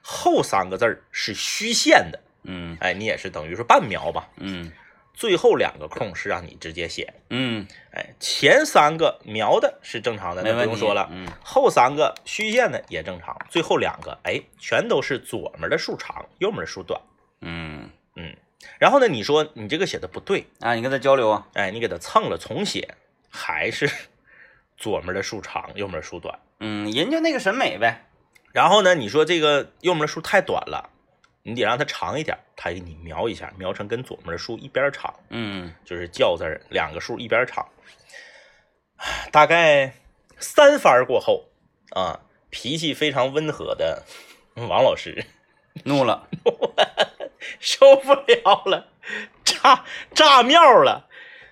[SPEAKER 2] 后三个字儿是虚线的，
[SPEAKER 1] 嗯
[SPEAKER 2] 哎，你也是等于说半苗吧。
[SPEAKER 1] 嗯
[SPEAKER 2] 最后两个空是让你直接写，
[SPEAKER 1] 嗯，
[SPEAKER 2] 哎，前三个描的是正常的，
[SPEAKER 1] 没
[SPEAKER 2] 那不
[SPEAKER 1] 问
[SPEAKER 2] 用
[SPEAKER 1] 题，
[SPEAKER 2] 说了。
[SPEAKER 1] 嗯
[SPEAKER 2] 后三个虚线的也正常，最后两个哎，全都是左面的竖长，右面的竖短。
[SPEAKER 1] 嗯，
[SPEAKER 2] 嗯，然后呢，你说你这个写的不对，
[SPEAKER 1] 啊，你跟他交流啊，
[SPEAKER 2] 哎，你给它蹭了重写，还是 <laughs> 左面的竖长，右面的竖短。
[SPEAKER 1] 嗯，人家那个审美呗，
[SPEAKER 2] 然后呢，你说这个右面的竖太短了，你得让它长一点，它给你描一下，描成跟左面的竖一边长。
[SPEAKER 1] 嗯
[SPEAKER 2] 就是叫字儿，两个数一边长。唉大概三番儿过后啊，脾气非常温和的王老师
[SPEAKER 1] 怒了，
[SPEAKER 2] <laughs> 受不了了，炸炸庙了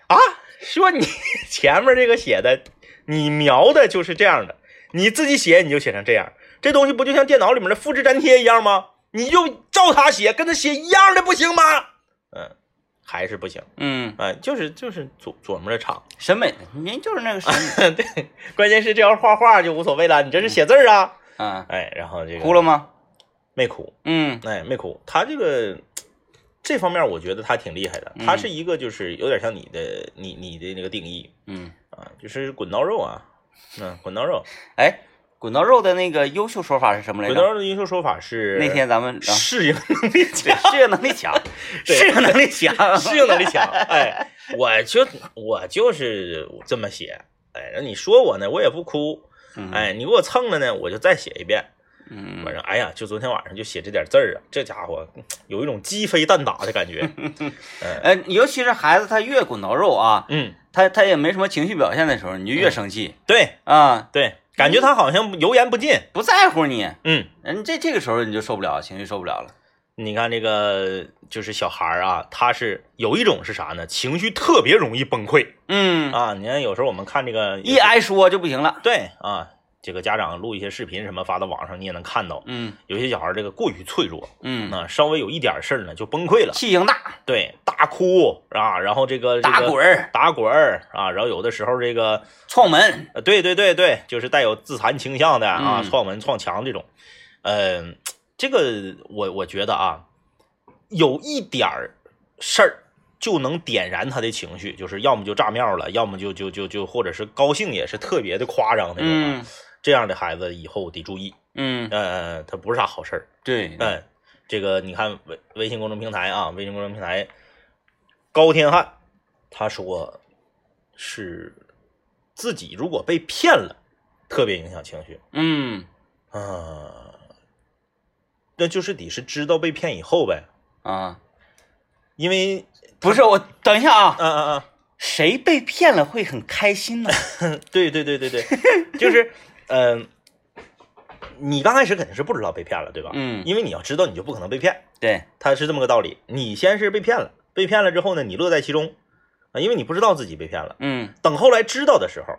[SPEAKER 2] 啊！说你 <laughs> 前面这个写的，你描的就是这样的，你自己写你就写成这样，这东西不就像电脑里面的复制粘贴一样吗？你就照他写，跟他写一样的不行吗？嗯，还是不行。
[SPEAKER 1] 嗯，
[SPEAKER 2] 哎，就是就是左左面的长，
[SPEAKER 1] 审美，人就是那个审美，
[SPEAKER 2] 对，关键是这要是画画就无所谓了，你这是写字儿啊， <laughs>
[SPEAKER 1] 啊，
[SPEAKER 2] 哎，然后这个
[SPEAKER 1] 哭了吗？
[SPEAKER 2] 没哭，
[SPEAKER 1] 嗯
[SPEAKER 2] 哎，没哭，他这个这方面我觉得他挺厉害的，
[SPEAKER 1] 嗯
[SPEAKER 2] 他是一个就是有点像你的你你的那个定义
[SPEAKER 1] 嗯，
[SPEAKER 2] 啊，就是滚刀肉啊，嗯，滚刀肉，
[SPEAKER 1] 哎，滚刀肉的那个优秀说法是什么来
[SPEAKER 2] 滚刀
[SPEAKER 1] 着？
[SPEAKER 2] 肉的一个说法是
[SPEAKER 1] 那天咱们啊，
[SPEAKER 2] 适应能力
[SPEAKER 1] <laughs>
[SPEAKER 2] 强，
[SPEAKER 1] 适应能力
[SPEAKER 2] <laughs>
[SPEAKER 1] 强，适应能力强，
[SPEAKER 2] 适应能力强，哎，我就我就是这么写，哎，那你说我呢，我也不哭。
[SPEAKER 1] 嗯
[SPEAKER 2] 哎，你给我蹭了呢，我就再写一遍。
[SPEAKER 1] 嗯
[SPEAKER 2] 反正哎呀，就昨天晚上就写这点字儿啊，这家伙嗯有一种鸡飞蛋打的
[SPEAKER 1] <laughs>
[SPEAKER 2] 感觉。
[SPEAKER 1] 呃，尤其是孩子他越滚刀肉啊，
[SPEAKER 2] 嗯，
[SPEAKER 1] 他他也没什么情绪表现的时候，你就越生气
[SPEAKER 2] 对
[SPEAKER 1] 啊，
[SPEAKER 2] 对，感觉他好像油盐不进。
[SPEAKER 1] 不在乎你，
[SPEAKER 2] 嗯，
[SPEAKER 1] 人这这个时候你就受不了，情绪受不了了。
[SPEAKER 2] 你看这个就是小孩儿啊，他是有一种是啥呢？情绪特别容易崩溃
[SPEAKER 1] 嗯，
[SPEAKER 2] 啊。你看有时候我们看这个
[SPEAKER 1] 一挨说就不行了。
[SPEAKER 2] 对啊，这个家长录一些视频什么发到网上，你也能看到，
[SPEAKER 1] 嗯
[SPEAKER 2] 有些小孩儿这个过于脆弱，
[SPEAKER 1] 嗯，
[SPEAKER 2] 那稍微有一点事儿呢就崩溃了，
[SPEAKER 1] 气性大，
[SPEAKER 2] 对，大哭啊，然后这个、这个、
[SPEAKER 1] 打滚儿，
[SPEAKER 2] 打滚儿啊，然后有的时候这个，
[SPEAKER 1] 撞门。
[SPEAKER 2] 呃，对对对对，就是带有自残倾向的啊，
[SPEAKER 1] 嗯
[SPEAKER 2] 撞门撞墙这种，嗯、这个我我觉得啊，有一点儿事儿就能点燃他的情绪，就是要么就炸庙了，要么就就就就或者是高兴也是特别的夸张那种、啊，
[SPEAKER 1] 嗯
[SPEAKER 2] 这样的孩子以后得注意，
[SPEAKER 1] 嗯，
[SPEAKER 2] 呃，他不是啥好事儿，
[SPEAKER 1] 对，
[SPEAKER 2] 嗯，这个你看微微信公众平台啊，微信公众平台高天汉他说是自己如果被骗了，特别影响情绪
[SPEAKER 1] 嗯
[SPEAKER 2] 啊，那就是得是知道被骗以后呗，
[SPEAKER 1] 啊，
[SPEAKER 2] 因为
[SPEAKER 1] 不是我，等一下啊，
[SPEAKER 2] 啊啊啊，
[SPEAKER 1] 谁被骗了会很开心
[SPEAKER 2] <laughs>
[SPEAKER 1] 呢？
[SPEAKER 2] 对对对对对，就是嗯、你刚开始肯定是不知道被骗了，对吧？
[SPEAKER 1] 嗯
[SPEAKER 2] 因为你要知道，你就不可能被骗。
[SPEAKER 1] 对，
[SPEAKER 2] 它是这么个道理：你先是被骗了，被骗了之后呢，你乐在其中啊，因为你不知道自己被骗了。
[SPEAKER 1] 嗯
[SPEAKER 2] 等后来知道的时候，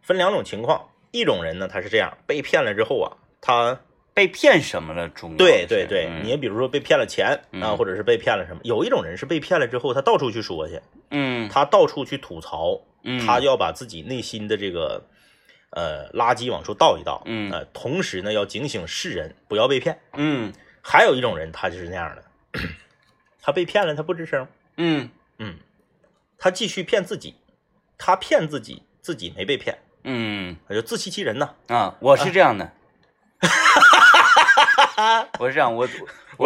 [SPEAKER 2] 分两种情况，一种人呢，他是这样，被骗了之后啊，他
[SPEAKER 1] 被骗什么了？中国
[SPEAKER 2] 对
[SPEAKER 1] 是
[SPEAKER 2] 对对，
[SPEAKER 1] 嗯
[SPEAKER 2] 你比如说被骗了钱啊，
[SPEAKER 1] 嗯
[SPEAKER 2] 或者是被骗了什么，有一种人是被骗了之后，他到处去说去，
[SPEAKER 1] 嗯
[SPEAKER 2] 他到处去吐槽，
[SPEAKER 1] 嗯
[SPEAKER 2] 他要把自己内心的这个。呃，垃圾往出倒一倒，
[SPEAKER 1] 嗯
[SPEAKER 2] 呃，同时呢，要警醒世人不要被骗。
[SPEAKER 1] 嗯
[SPEAKER 2] 还有一种人，他就是那样的， <coughs> 他被骗了，他不吱声，
[SPEAKER 1] 嗯
[SPEAKER 2] 嗯，他继续骗自己，他骗自己，自己没被骗，
[SPEAKER 1] 嗯
[SPEAKER 2] 他就自欺欺人呐。
[SPEAKER 1] 啊，我是这样的， <laughs> 我是这样，我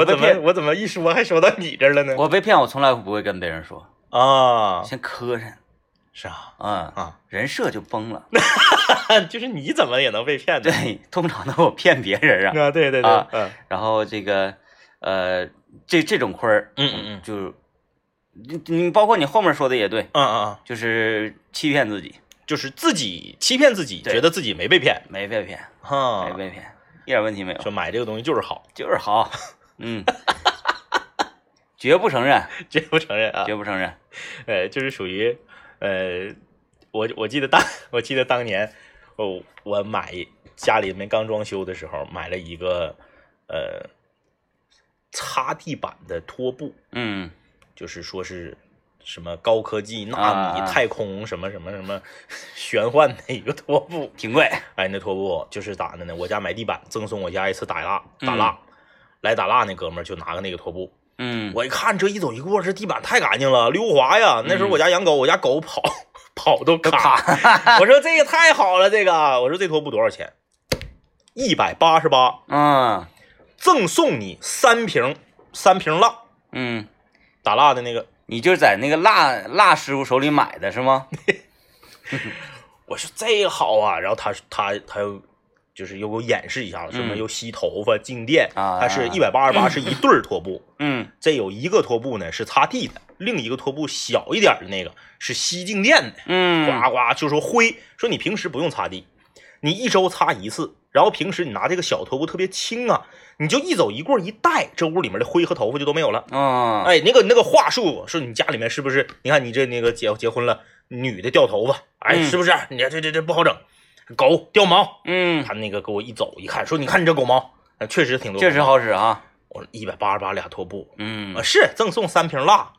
[SPEAKER 1] 被骗，
[SPEAKER 2] 我怎么一说还说到你这儿了呢
[SPEAKER 1] 我被骗，我从来不会跟别人说，
[SPEAKER 2] 啊，
[SPEAKER 1] 先磕碜
[SPEAKER 2] 是啊
[SPEAKER 1] 啊，
[SPEAKER 2] 啊，
[SPEAKER 1] 人设就崩了。
[SPEAKER 2] <laughs> 就是你怎么也能被骗呢？
[SPEAKER 1] 对，通常都我骗别人啊，
[SPEAKER 2] 啊，对对对，
[SPEAKER 1] 啊
[SPEAKER 2] 嗯
[SPEAKER 1] 然后这个呃，这这种坤儿，
[SPEAKER 2] 嗯嗯嗯
[SPEAKER 1] 就你你包括你后面说的也对，
[SPEAKER 2] 嗯嗯嗯，
[SPEAKER 1] 就是欺骗自己，
[SPEAKER 2] 就是自己欺骗自己，
[SPEAKER 1] 对
[SPEAKER 2] 觉得自己没被骗，
[SPEAKER 1] 没被骗，
[SPEAKER 2] 哈
[SPEAKER 1] 没，被骗，一点问题没有，
[SPEAKER 2] 说买这个东西啊就是好，
[SPEAKER 1] 就是好，
[SPEAKER 2] <laughs>
[SPEAKER 1] 嗯，绝不承认，
[SPEAKER 2] 这不承认啊，
[SPEAKER 1] 绝不承认，
[SPEAKER 2] 呃，就是属于，呃，我我记得当 <laughs> 我记得当年，我我买家里面刚装修的时候买了一个呃擦地板的拖布，
[SPEAKER 1] 嗯，
[SPEAKER 2] 就是说是什么高科技纳
[SPEAKER 1] 啊
[SPEAKER 2] 米、
[SPEAKER 1] 啊
[SPEAKER 2] 太空什么什么什么 <laughs> 玄幻的一个拖布，
[SPEAKER 1] 挺贵，
[SPEAKER 2] 哎，那拖布就是咋的呢？我家买地板赠送我家一次打蜡打
[SPEAKER 1] 嗯
[SPEAKER 2] 蜡，来打蜡那哥们儿就拿个那个拖布，
[SPEAKER 1] 嗯，
[SPEAKER 2] 我一看这一走一过，这地板太干净了，溜滑呀！那时候我家养狗，我家狗跑 <laughs> 跑都卡。我说这个太好了，这个我说这拖布多少钱？一百八十八，
[SPEAKER 1] 嗯
[SPEAKER 2] 赠送你三瓶三瓶蜡
[SPEAKER 1] 嗯，
[SPEAKER 2] 打蜡的那个。
[SPEAKER 1] 你就在那个辣辣师傅手里买的是
[SPEAKER 2] <laughs>
[SPEAKER 1] 吗？
[SPEAKER 2] 我说这个好啊，然后他他他又就是又给我演示一下子，什
[SPEAKER 1] 嗯
[SPEAKER 2] 么又吸头发、静电，
[SPEAKER 1] 啊
[SPEAKER 2] 它是一百八十八是一对儿拖布，
[SPEAKER 1] 嗯
[SPEAKER 2] 这有一个拖布呢是擦地的，另一个拖布小一点的那个是吸静电的。
[SPEAKER 1] 嗯，
[SPEAKER 2] 呱呱就说灰，说你平时不用擦地，你一周擦一次，然后平时你拿这个小拖布特别轻啊，你就一走一过一带，这屋里面的灰和头发就都没有了。
[SPEAKER 1] 嗯，
[SPEAKER 2] 哎，那个那个话术说你家里面是不是？你看你这那个结结婚了，女的掉头发，哎，
[SPEAKER 1] 嗯
[SPEAKER 2] 是不是？你看这这这不好整，狗掉毛，
[SPEAKER 1] 嗯，
[SPEAKER 2] 他那个给我一走一看，说你看你这狗毛，哎确实挺多，
[SPEAKER 1] 确实。好使啊，
[SPEAKER 2] 我说一百八十八俩拖布，
[SPEAKER 1] 嗯
[SPEAKER 2] 啊，是赠送三瓶蜡。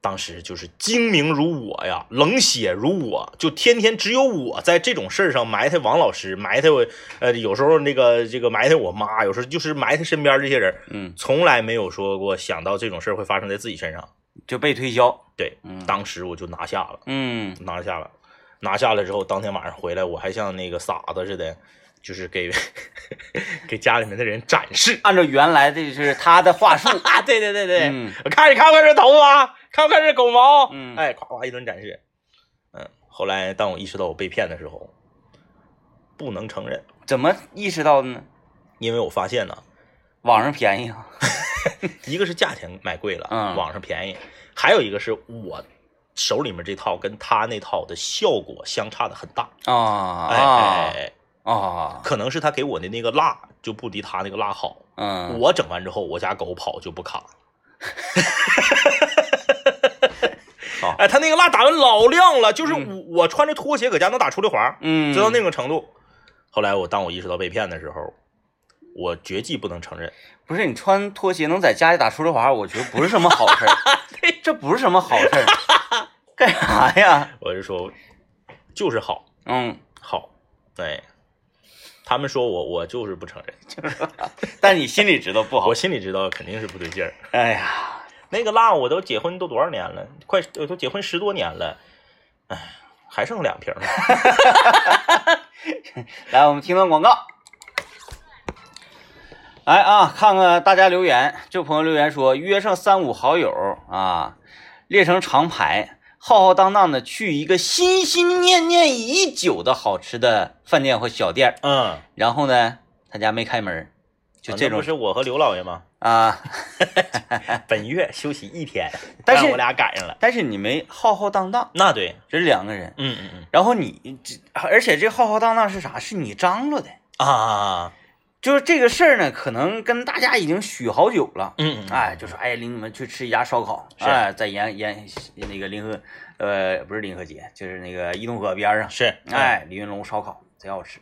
[SPEAKER 2] 当时就是精明如我呀，冷血如我，就天天只有我在这种事儿上埋汰王老师，埋汰我，呃，有时候那个这个埋汰我妈，有时候就是埋汰身边这些人，
[SPEAKER 1] 嗯，
[SPEAKER 2] 从来没有说过想到这种事儿会发生在自己身上。
[SPEAKER 1] 就被推销，
[SPEAKER 2] 对，
[SPEAKER 1] 嗯
[SPEAKER 2] 当时我就拿下了，
[SPEAKER 1] 嗯
[SPEAKER 2] 拿下了，拿下了之后，当天晚上回来，我还像那个傻子似的，就是给 <laughs> 给家里面的人展示，
[SPEAKER 1] 按照原来的就是他的话术，
[SPEAKER 2] <laughs> 啊，对对对对，
[SPEAKER 1] 嗯
[SPEAKER 2] 我看你看不看这头发，看不看这狗毛，
[SPEAKER 1] 嗯
[SPEAKER 2] 哎，夸夸一顿展示，嗯，后来当我意识到我被骗的时候，不能承认，
[SPEAKER 1] 怎么意识到的呢？
[SPEAKER 2] 因为我发现呢，
[SPEAKER 1] 网上便宜啊，
[SPEAKER 2] 一个是价钱买贵了，
[SPEAKER 1] 嗯
[SPEAKER 2] 网上便宜，还有一个是我手里面这套跟他那套的效果相差的很大，
[SPEAKER 1] 啊
[SPEAKER 2] 哎
[SPEAKER 1] 啊
[SPEAKER 2] 哎哎，
[SPEAKER 1] 啊，
[SPEAKER 2] 可能是他给我的那个蜡就不敌他那个蜡好，
[SPEAKER 1] 嗯，
[SPEAKER 2] 我整完之后，我家狗跑就不卡。
[SPEAKER 1] <laughs> 好
[SPEAKER 2] 哎，他那个蜡打完老亮了，就是我、我穿着拖鞋搁家能打出溜滑，
[SPEAKER 1] 嗯，
[SPEAKER 2] 知道那种程度。后来我当我意识到被骗的时候，我绝技不能承认，
[SPEAKER 1] 不是你穿拖鞋能在家里打出溜滑，我觉得不是什么好
[SPEAKER 2] <laughs>
[SPEAKER 1] 事儿，这不是什么好事儿，干啥呀？
[SPEAKER 2] 我就说就是好
[SPEAKER 1] 嗯，
[SPEAKER 2] 好，哎，他们说我我就是不承认，
[SPEAKER 1] 但你心里知道不好
[SPEAKER 2] 我，心里知道肯定是不对劲儿。
[SPEAKER 1] 哎呀，
[SPEAKER 2] 那个蜡我都结婚都多少年了，快我都结婚十多年了，哎，还剩两瓶 <laughs> 了。
[SPEAKER 1] 来，我们听段广告。来啊，看看大家留言。这朋友留言说，约上三五好友啊，列成长排，浩浩荡荡的去一个心心念念已久的好吃的饭店或小店儿。
[SPEAKER 2] 嗯，
[SPEAKER 1] 然后呢，他家没开门儿，就
[SPEAKER 2] 啊
[SPEAKER 1] 这
[SPEAKER 2] 那
[SPEAKER 1] 种
[SPEAKER 2] 不是我和刘老爷吗？
[SPEAKER 1] 啊。
[SPEAKER 2] 哎本月休息一 <laughs> 天，
[SPEAKER 1] 但是
[SPEAKER 2] 让我俩赶上了。
[SPEAKER 1] 但是你没浩浩荡荡，
[SPEAKER 2] 那对，
[SPEAKER 1] 这是两个人。
[SPEAKER 2] 嗯嗯嗯
[SPEAKER 1] 然后你这，而且这浩浩荡荡是啥？是你张罗的。
[SPEAKER 2] 啊，
[SPEAKER 1] 就是这个事儿呢，可能跟大家已经许好久了。
[SPEAKER 2] 嗯嗯嗯
[SPEAKER 1] 哎，就说哎，领你们去吃一家烧烤，
[SPEAKER 2] 是
[SPEAKER 1] 哎，在沿沿那个临河，呃，不是临河街，就是那个伊通河边上，
[SPEAKER 2] 是，嗯，
[SPEAKER 1] 哎，李云龙烧烤贼好吃。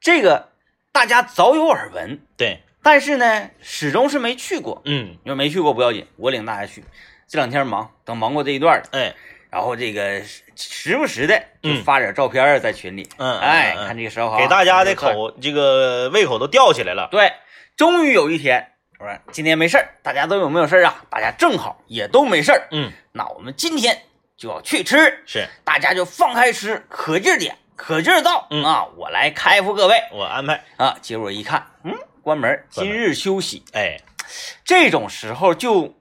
[SPEAKER 1] 这个大家早有耳闻，
[SPEAKER 2] 对，
[SPEAKER 1] 但是呢，始终是没去过。
[SPEAKER 2] 嗯，
[SPEAKER 1] 你说没去过不要紧，我领大家去。这两天忙，等忙过这一段了，
[SPEAKER 2] 哎，
[SPEAKER 1] 然后这个时时不时的就
[SPEAKER 2] 嗯
[SPEAKER 1] 发点照片儿在群里，
[SPEAKER 2] 嗯，嗯
[SPEAKER 1] 哎，
[SPEAKER 2] 嗯
[SPEAKER 1] 看这个烧烤啊，
[SPEAKER 2] 给大家
[SPEAKER 1] 看这
[SPEAKER 2] 的
[SPEAKER 1] 个串儿
[SPEAKER 2] 口这个胃口都吊起来了。
[SPEAKER 1] 对，终于有一天，我说今天没事儿，大家都有没有事儿啊？大家正好也都没事儿，
[SPEAKER 2] 嗯，
[SPEAKER 1] 那我们今天就要去吃，
[SPEAKER 2] 是
[SPEAKER 1] 大家就放开吃，可劲儿点，可劲儿造、
[SPEAKER 2] 嗯
[SPEAKER 1] 啊！我来开服各位
[SPEAKER 2] 我安排，
[SPEAKER 1] 啊！结果一看，嗯，关门儿，
[SPEAKER 2] 关
[SPEAKER 1] 今
[SPEAKER 2] 门
[SPEAKER 1] 日休息，
[SPEAKER 2] 哎，
[SPEAKER 1] 这种时候就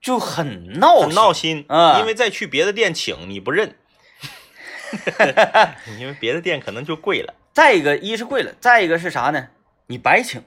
[SPEAKER 1] 就很闹
[SPEAKER 2] 很闹心，啊
[SPEAKER 1] 嗯
[SPEAKER 2] 因为再去别的店请你不 <laughs> 认，因为别的店可能就贵了
[SPEAKER 1] 再一个，一是贵了，再一个是啥呢？你白请，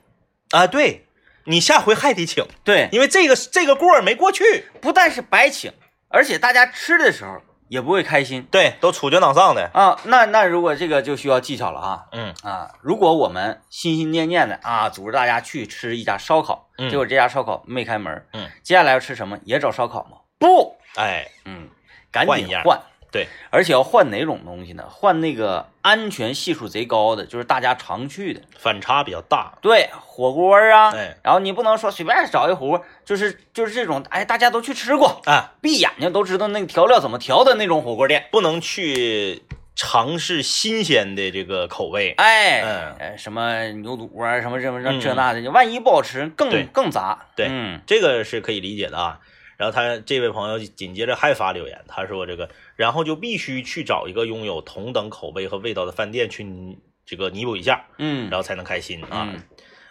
[SPEAKER 2] 啊。对，你下回还得请，
[SPEAKER 1] 对，
[SPEAKER 2] 因为这个这个过儿没过去，
[SPEAKER 1] 不但是白请，而且大家吃的时候也不会开心
[SPEAKER 2] 对，都杵卷脑上的。
[SPEAKER 1] 啊。那那如果这个就需要技巧了啊
[SPEAKER 2] 嗯
[SPEAKER 1] 啊！如果我们心心念念的啊，组织大家去吃一家烧烤，
[SPEAKER 2] 嗯
[SPEAKER 1] 结果这家烧烤没开门，
[SPEAKER 2] 嗯，
[SPEAKER 1] 接下来要吃什么？也找烧烤吗？不，
[SPEAKER 2] 哎，
[SPEAKER 1] 嗯，赶
[SPEAKER 2] 换
[SPEAKER 1] 紧
[SPEAKER 2] 一样
[SPEAKER 1] 换
[SPEAKER 2] 对，
[SPEAKER 1] 而且要换哪种东西呢？换那个安全系数贼高的，就是大家常去的，
[SPEAKER 2] 反差比较大。
[SPEAKER 1] 对，火锅啊。
[SPEAKER 2] 哎
[SPEAKER 1] 然后你不能说随便找一火锅，就是就是这种，哎，大家都去吃过，
[SPEAKER 2] 啊，
[SPEAKER 1] 闭眼睛都知道那个调料怎么调的那种火锅店。
[SPEAKER 2] 不能去尝试新鲜的这个口味。
[SPEAKER 1] 哎，
[SPEAKER 2] 嗯
[SPEAKER 1] 呃什么牛肚啊，什么什么这
[SPEAKER 2] 嗯
[SPEAKER 1] 这那的，万一不好吃，
[SPEAKER 2] 对
[SPEAKER 1] 更更砸。
[SPEAKER 2] 对
[SPEAKER 1] 嗯，
[SPEAKER 2] 这个是可以理解的啊。然后他这位朋友紧接着还发留言，他说这个，然后就必须去找一个拥有同等口味和味道的饭店去弥这个弥补一下，
[SPEAKER 1] 嗯
[SPEAKER 2] 然后才能开心啊。
[SPEAKER 1] 嗯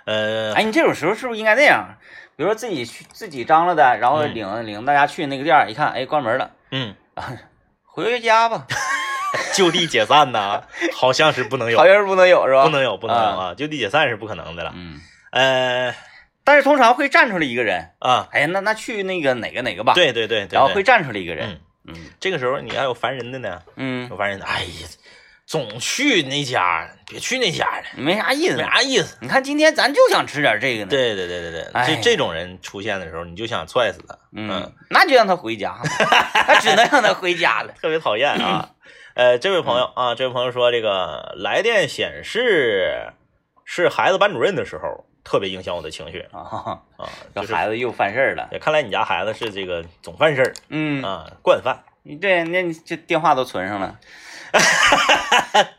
[SPEAKER 2] 呃，
[SPEAKER 1] 哎，你这种时候是不是应该那样？比如说自己去自己张罗的，然后
[SPEAKER 2] 嗯
[SPEAKER 1] 领、领大家去那个店儿，一看，哎，关门了，
[SPEAKER 2] 嗯，
[SPEAKER 1] 回家吧，
[SPEAKER 2] 就地解散呐，好像是不能有
[SPEAKER 1] 好，像是不能有是吧？
[SPEAKER 2] 哎不能有，不能有啊，就地解散是不可能的了。
[SPEAKER 1] 嗯，
[SPEAKER 2] 呃
[SPEAKER 1] 但是通常会站出来一个人，
[SPEAKER 2] 啊，
[SPEAKER 1] 哎呀，那那去那个哪个哪个吧，，
[SPEAKER 2] 对对对，对
[SPEAKER 1] 然后
[SPEAKER 2] 对
[SPEAKER 1] 会站出来一个人嗯
[SPEAKER 2] 嗯，，这个时候你还有烦人的呢，
[SPEAKER 1] 嗯
[SPEAKER 2] 有烦人的，哎呀，总去那家，别去那家了，
[SPEAKER 1] 嗯没啥意思
[SPEAKER 2] 没。啥意思。
[SPEAKER 1] 你看今天咱就想吃点这个呢，，
[SPEAKER 2] 对对对对对，
[SPEAKER 1] 哎
[SPEAKER 2] 这这种人出现的时候，你就想踹死他，
[SPEAKER 1] 嗯，那就让他回
[SPEAKER 2] <laughs>
[SPEAKER 1] 家吧，那只能让他回家了。
[SPEAKER 2] 特别讨厌啊。呃，这位朋
[SPEAKER 1] 嗯
[SPEAKER 2] 友啊，这位朋友说这个来电显示是孩子班主任的时候，特别影响我的情绪
[SPEAKER 1] 啊，
[SPEAKER 2] 啊，
[SPEAKER 1] 这
[SPEAKER 2] 就是
[SPEAKER 1] 孩子又犯事儿了。
[SPEAKER 2] 也看来你家孩子是这个总犯事儿
[SPEAKER 1] 嗯，
[SPEAKER 2] 啊，惯犯。
[SPEAKER 1] 你对，那你这电话都存上 <laughs> 了。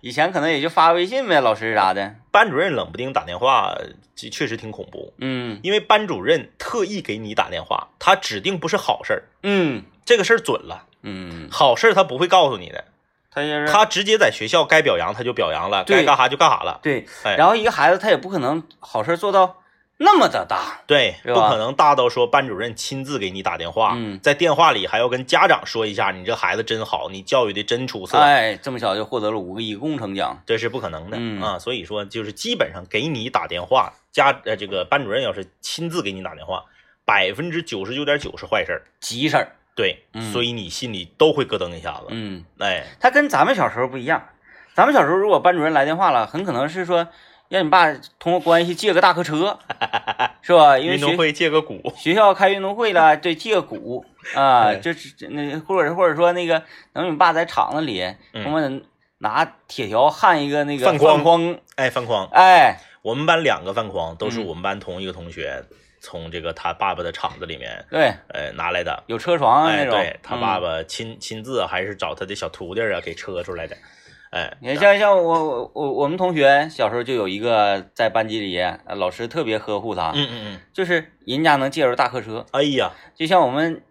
[SPEAKER 1] 以前可能也就发微信呗，老师啥的。
[SPEAKER 2] 班主任冷不丁打电话，这确实挺恐怖，
[SPEAKER 1] 嗯
[SPEAKER 2] 因为班主任特意给你打电话，他指定不是好事儿，
[SPEAKER 1] 嗯
[SPEAKER 2] 这个事儿准了，
[SPEAKER 1] 嗯，
[SPEAKER 2] 好事儿他不会告诉你的，
[SPEAKER 1] 他就是
[SPEAKER 2] 他直接在学校该表扬他就表扬了，
[SPEAKER 1] 嗯对
[SPEAKER 2] 该干啥就干啥了。
[SPEAKER 1] 对，
[SPEAKER 2] 哎
[SPEAKER 1] 然后一个孩子他也不可能好事做到那么的大。
[SPEAKER 2] 对，
[SPEAKER 1] 是
[SPEAKER 2] 不
[SPEAKER 1] 吧
[SPEAKER 2] 可能大到说班主任亲自给你打电话，
[SPEAKER 1] 嗯
[SPEAKER 2] 在电话里还要跟家长说一下，你这孩子真好，你教育的真出色，
[SPEAKER 1] 哎，这么小就获得了五个一工程奖。
[SPEAKER 2] 这是不可能的、
[SPEAKER 1] 嗯
[SPEAKER 2] 啊。所以说，就是基本上给你打电话，家呃这个班主任要是亲自给你打电话，百分之九十九点九是坏事儿，
[SPEAKER 1] 急事儿。
[SPEAKER 2] 对，
[SPEAKER 1] 嗯
[SPEAKER 2] 所以你心里都会咯噔一下子，
[SPEAKER 1] 嗯，
[SPEAKER 2] 哎，
[SPEAKER 1] 他跟咱们小时候不一样。咱们小时候如果班主任来电话了，很可能是说让你爸通过关系借个大客 <laughs> 车，是吧？因为
[SPEAKER 2] 运
[SPEAKER 1] 学
[SPEAKER 2] 动会借
[SPEAKER 1] <laughs>
[SPEAKER 2] 个鼓，
[SPEAKER 1] 学校开运动会
[SPEAKER 2] <laughs>
[SPEAKER 1] 了，对，借个鼓啊，
[SPEAKER 2] 哎
[SPEAKER 1] 就是那或者或者说那个，能你爸在厂子里，
[SPEAKER 2] 嗯
[SPEAKER 1] 我们拿铁条焊一个那个
[SPEAKER 2] 饭
[SPEAKER 1] 框
[SPEAKER 2] 框
[SPEAKER 1] 框，
[SPEAKER 2] 哎，范框，
[SPEAKER 1] 哎，
[SPEAKER 2] 我们班两个范框都是
[SPEAKER 1] 嗯
[SPEAKER 2] 我们班同一个同学、从这个他爸爸的厂子里面
[SPEAKER 1] 对，
[SPEAKER 2] 呃拿来的，
[SPEAKER 1] 有车床啊
[SPEAKER 2] 哎，
[SPEAKER 1] 那种。
[SPEAKER 2] 对他爸
[SPEAKER 1] 嗯，
[SPEAKER 2] 爸亲亲自还是找他的小徒弟啊给车出来的，哎，
[SPEAKER 1] 你像像我我我我们同学小时候就有一个在班级里，呃老师特别呵护他，
[SPEAKER 2] 嗯嗯嗯，
[SPEAKER 1] 就是人家能借着大客车，
[SPEAKER 2] 哎呀，
[SPEAKER 1] 就像我们。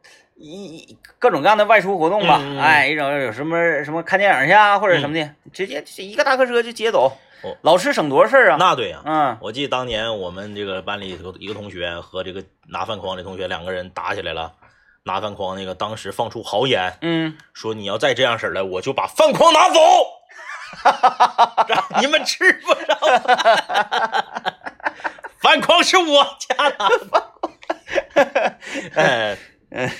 [SPEAKER 1] 一各种各样的外出活动吧，
[SPEAKER 2] 嗯嗯嗯嗯
[SPEAKER 1] 哎，一种有什么什么看电影去啊，或者什么的，直接这一个大客车就接走，
[SPEAKER 2] 哦
[SPEAKER 1] 老师省多少事儿啊！
[SPEAKER 2] 那对呀、
[SPEAKER 1] 嗯
[SPEAKER 2] 我记得当年我们这个班里有一个同学和这个拿饭筐的同学两个人打起来了，拿饭筐那个当时放出豪言，
[SPEAKER 1] 嗯，
[SPEAKER 2] 说你要再这样式儿的，我就把饭筐
[SPEAKER 1] <laughs>
[SPEAKER 2] 拿走，让你们吃不上饭。饭筐是我家的，
[SPEAKER 1] <laughs>
[SPEAKER 2] 哎，
[SPEAKER 1] 嗯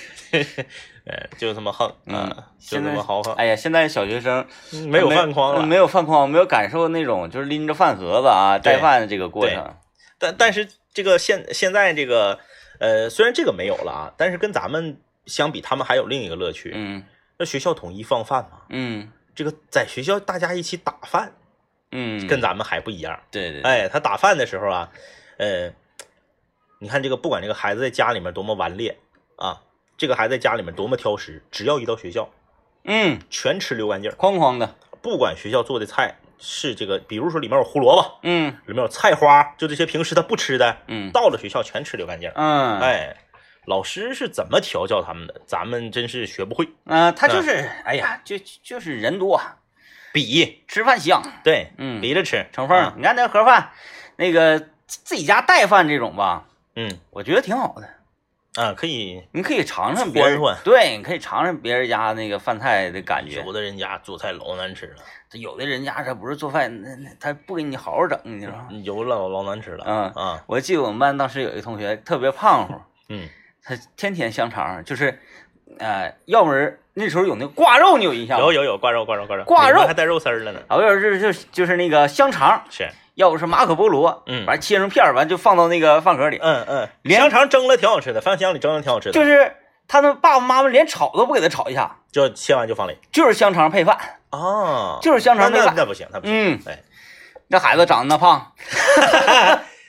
[SPEAKER 2] 哎，就这么横，啊
[SPEAKER 1] 嗯，
[SPEAKER 2] 就
[SPEAKER 1] 现
[SPEAKER 2] 这
[SPEAKER 1] 在
[SPEAKER 2] 么豪横，
[SPEAKER 1] 哎呀，现在小学生
[SPEAKER 2] 没有啊饭筐了。
[SPEAKER 1] 没有饭筐，没有感受那种就是拎着饭盒子啊
[SPEAKER 2] 对
[SPEAKER 1] 带饭的这个过程。
[SPEAKER 2] 但但是这个现现在这个，呃，虽然这个没有了啊，但是跟咱们相比，他们还有另一个乐趣。
[SPEAKER 1] 嗯
[SPEAKER 2] 那学校统一放饭嘛，
[SPEAKER 1] 嗯
[SPEAKER 2] 这个在学校大家一起打饭，
[SPEAKER 1] 嗯，
[SPEAKER 2] 跟咱们还不一样。
[SPEAKER 1] 对对对，
[SPEAKER 2] 哎，他打饭的时候啊，呃，你看这个，不管这个孩子在家里面多么顽劣啊，这个孩子在家里面多么挑食，只要一到学校，
[SPEAKER 1] 嗯，
[SPEAKER 2] 全吃溜干净儿。
[SPEAKER 1] 哐哐的，
[SPEAKER 2] 不管学校做的菜是这个，比如说里面有胡萝卜，
[SPEAKER 1] 嗯
[SPEAKER 2] 里面有菜花，就这些平时他不吃的，
[SPEAKER 1] 嗯
[SPEAKER 2] 到了学校全吃溜干净儿。
[SPEAKER 1] 嗯，
[SPEAKER 2] 哎，老师是怎么调教他们的？咱们真是学不会。
[SPEAKER 1] 嗯，他就是哎呀，就就是人多，啊
[SPEAKER 2] 比
[SPEAKER 1] 吃饭香，
[SPEAKER 2] 对，
[SPEAKER 1] 嗯，
[SPEAKER 2] 比着吃，
[SPEAKER 1] 成凤儿
[SPEAKER 2] 啊，
[SPEAKER 1] 你看那盒饭，那个自自己家带饭这种吧，
[SPEAKER 2] 嗯，
[SPEAKER 1] 我觉得挺好的。
[SPEAKER 2] 啊，可以。
[SPEAKER 1] 你可以尝尝别人
[SPEAKER 2] 换换
[SPEAKER 1] 对，你可以尝尝别人家那个饭菜的感觉
[SPEAKER 2] 有。的人家做菜老难吃了，
[SPEAKER 1] 这有的人家他不是做饭，那那他不给你好好整，你知道吗？
[SPEAKER 2] 油老老难吃了。
[SPEAKER 1] 嗯
[SPEAKER 2] 啊，
[SPEAKER 1] 我记得我们班当时有一同学特别胖乎，
[SPEAKER 2] 嗯
[SPEAKER 1] 他天天香肠，就是，呃，要不然那时候有那挂肉，你有印象吗？
[SPEAKER 2] 有有有挂肉挂肉挂肉，
[SPEAKER 1] 挂
[SPEAKER 2] 里面
[SPEAKER 1] 肉
[SPEAKER 2] 还带肉丝儿了呢。
[SPEAKER 1] 啊，要不是就是就是那个香肠，
[SPEAKER 2] 是，
[SPEAKER 1] 要不是马可波罗，
[SPEAKER 2] 嗯
[SPEAKER 1] 完切成片儿，完就放到那个饭盒里，
[SPEAKER 2] 嗯嗯，
[SPEAKER 1] 连
[SPEAKER 2] 香肠蒸了挺好吃的，饭箱里蒸了挺好吃的，
[SPEAKER 1] 就是他们爸爸妈妈连炒都不给他炒一下，
[SPEAKER 2] 就切完就放里。
[SPEAKER 1] 就是香肠配饭，
[SPEAKER 2] 哦，
[SPEAKER 1] 就是香肠配
[SPEAKER 2] 那那
[SPEAKER 1] 饭。
[SPEAKER 2] 那不行，那不行。
[SPEAKER 1] 嗯，
[SPEAKER 2] 哎
[SPEAKER 1] 那孩子长得那胖，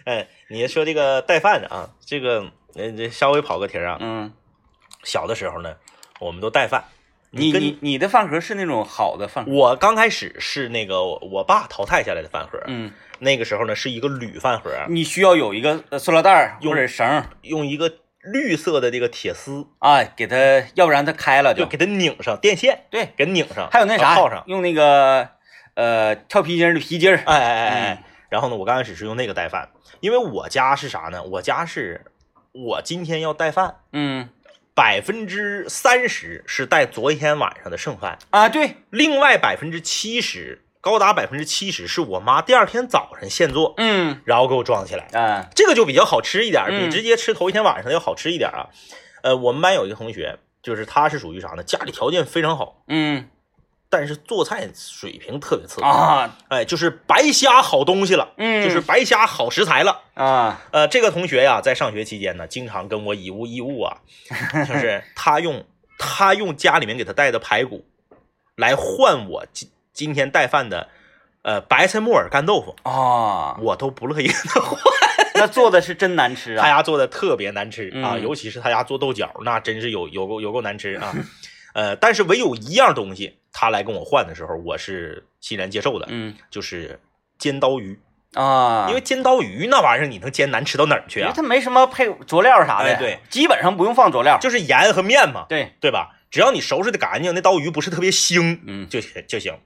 [SPEAKER 2] 哎，你说这个带饭的啊，这个呃，这稍微跑个题儿啊，
[SPEAKER 1] 嗯，
[SPEAKER 2] 小的时候呢，我们都带饭。
[SPEAKER 1] 你
[SPEAKER 2] 跟
[SPEAKER 1] 你你的饭盒是那种好的饭盒，
[SPEAKER 2] 我刚开始是那个我我爸淘汰下来的饭盒，
[SPEAKER 1] 嗯，
[SPEAKER 2] 那个时候呢是一个铝饭盒，
[SPEAKER 1] 你需要有一个呃塑料袋儿
[SPEAKER 2] 用
[SPEAKER 1] 或者绳儿，
[SPEAKER 2] 用一个绿色的这个铁丝
[SPEAKER 1] 啊，给它，要不然它开了
[SPEAKER 2] 就
[SPEAKER 1] 就
[SPEAKER 2] 给它拧上，电线
[SPEAKER 1] 对。
[SPEAKER 2] 给它拧上，
[SPEAKER 1] 哎还有那啥，
[SPEAKER 2] 啊套上。
[SPEAKER 1] 用那个呃跳皮筋儿的皮筋儿，
[SPEAKER 2] <laughs> 哎哎哎
[SPEAKER 1] 嗯
[SPEAKER 2] 哎，然后呢，我刚开始是用那个带饭，因为我家是啥呢？我家是我今天要带饭，
[SPEAKER 1] 嗯
[SPEAKER 2] 百分之三十是带昨天晚上的剩饭，
[SPEAKER 1] 啊，对，
[SPEAKER 2] 另外百分之七十，高达百分之七十是我妈第二天早上现做，
[SPEAKER 1] 嗯
[SPEAKER 2] 然后给我装起来。
[SPEAKER 1] 啊，
[SPEAKER 2] 这个就比较好吃一点儿，
[SPEAKER 1] 嗯
[SPEAKER 2] 比直接吃头一天晚上的要好吃一点儿啊。呃，我们班有一个同学，就是他是属于啥呢？家里条件非常好，
[SPEAKER 1] 嗯
[SPEAKER 2] 但是做菜水平特别次。
[SPEAKER 1] 啊，
[SPEAKER 2] 哎，就是白瞎好东西了，
[SPEAKER 1] 嗯，
[SPEAKER 2] 就是白瞎好食材了。
[SPEAKER 1] 啊，
[SPEAKER 2] 呃，这个同学呀，在上学期间呢，经常跟我以物易物啊，
[SPEAKER 1] <laughs>
[SPEAKER 2] 就是他用他用家里面给他带的排骨来换我今今天带饭的呃白菜木耳干豆腐， <laughs>
[SPEAKER 1] 啊，
[SPEAKER 2] 我都不乐意跟他换。
[SPEAKER 1] 那做的是真难吃
[SPEAKER 2] 他
[SPEAKER 1] 啊，
[SPEAKER 2] 家做的特别难吃啊，
[SPEAKER 1] 嗯
[SPEAKER 2] 尤其是他家做豆角，那真是有有够有够难吃啊。呃，但是唯有一样东西，他来跟我换的时候，我是欣然接受的，
[SPEAKER 1] 嗯
[SPEAKER 2] 就是尖刀鱼，
[SPEAKER 1] 啊，
[SPEAKER 2] 因为尖刀鱼那玩意儿你能煎难吃到哪儿去
[SPEAKER 1] 因为
[SPEAKER 2] 啊？
[SPEAKER 1] 它没什么配佐料啥的，
[SPEAKER 2] 哎对，
[SPEAKER 1] 基本上不用放佐料，
[SPEAKER 2] 就是盐和面嘛，
[SPEAKER 1] 对，
[SPEAKER 2] 对吧？只要你收拾的干净，那刀鱼不是特别腥，
[SPEAKER 1] 嗯
[SPEAKER 2] 就行就行。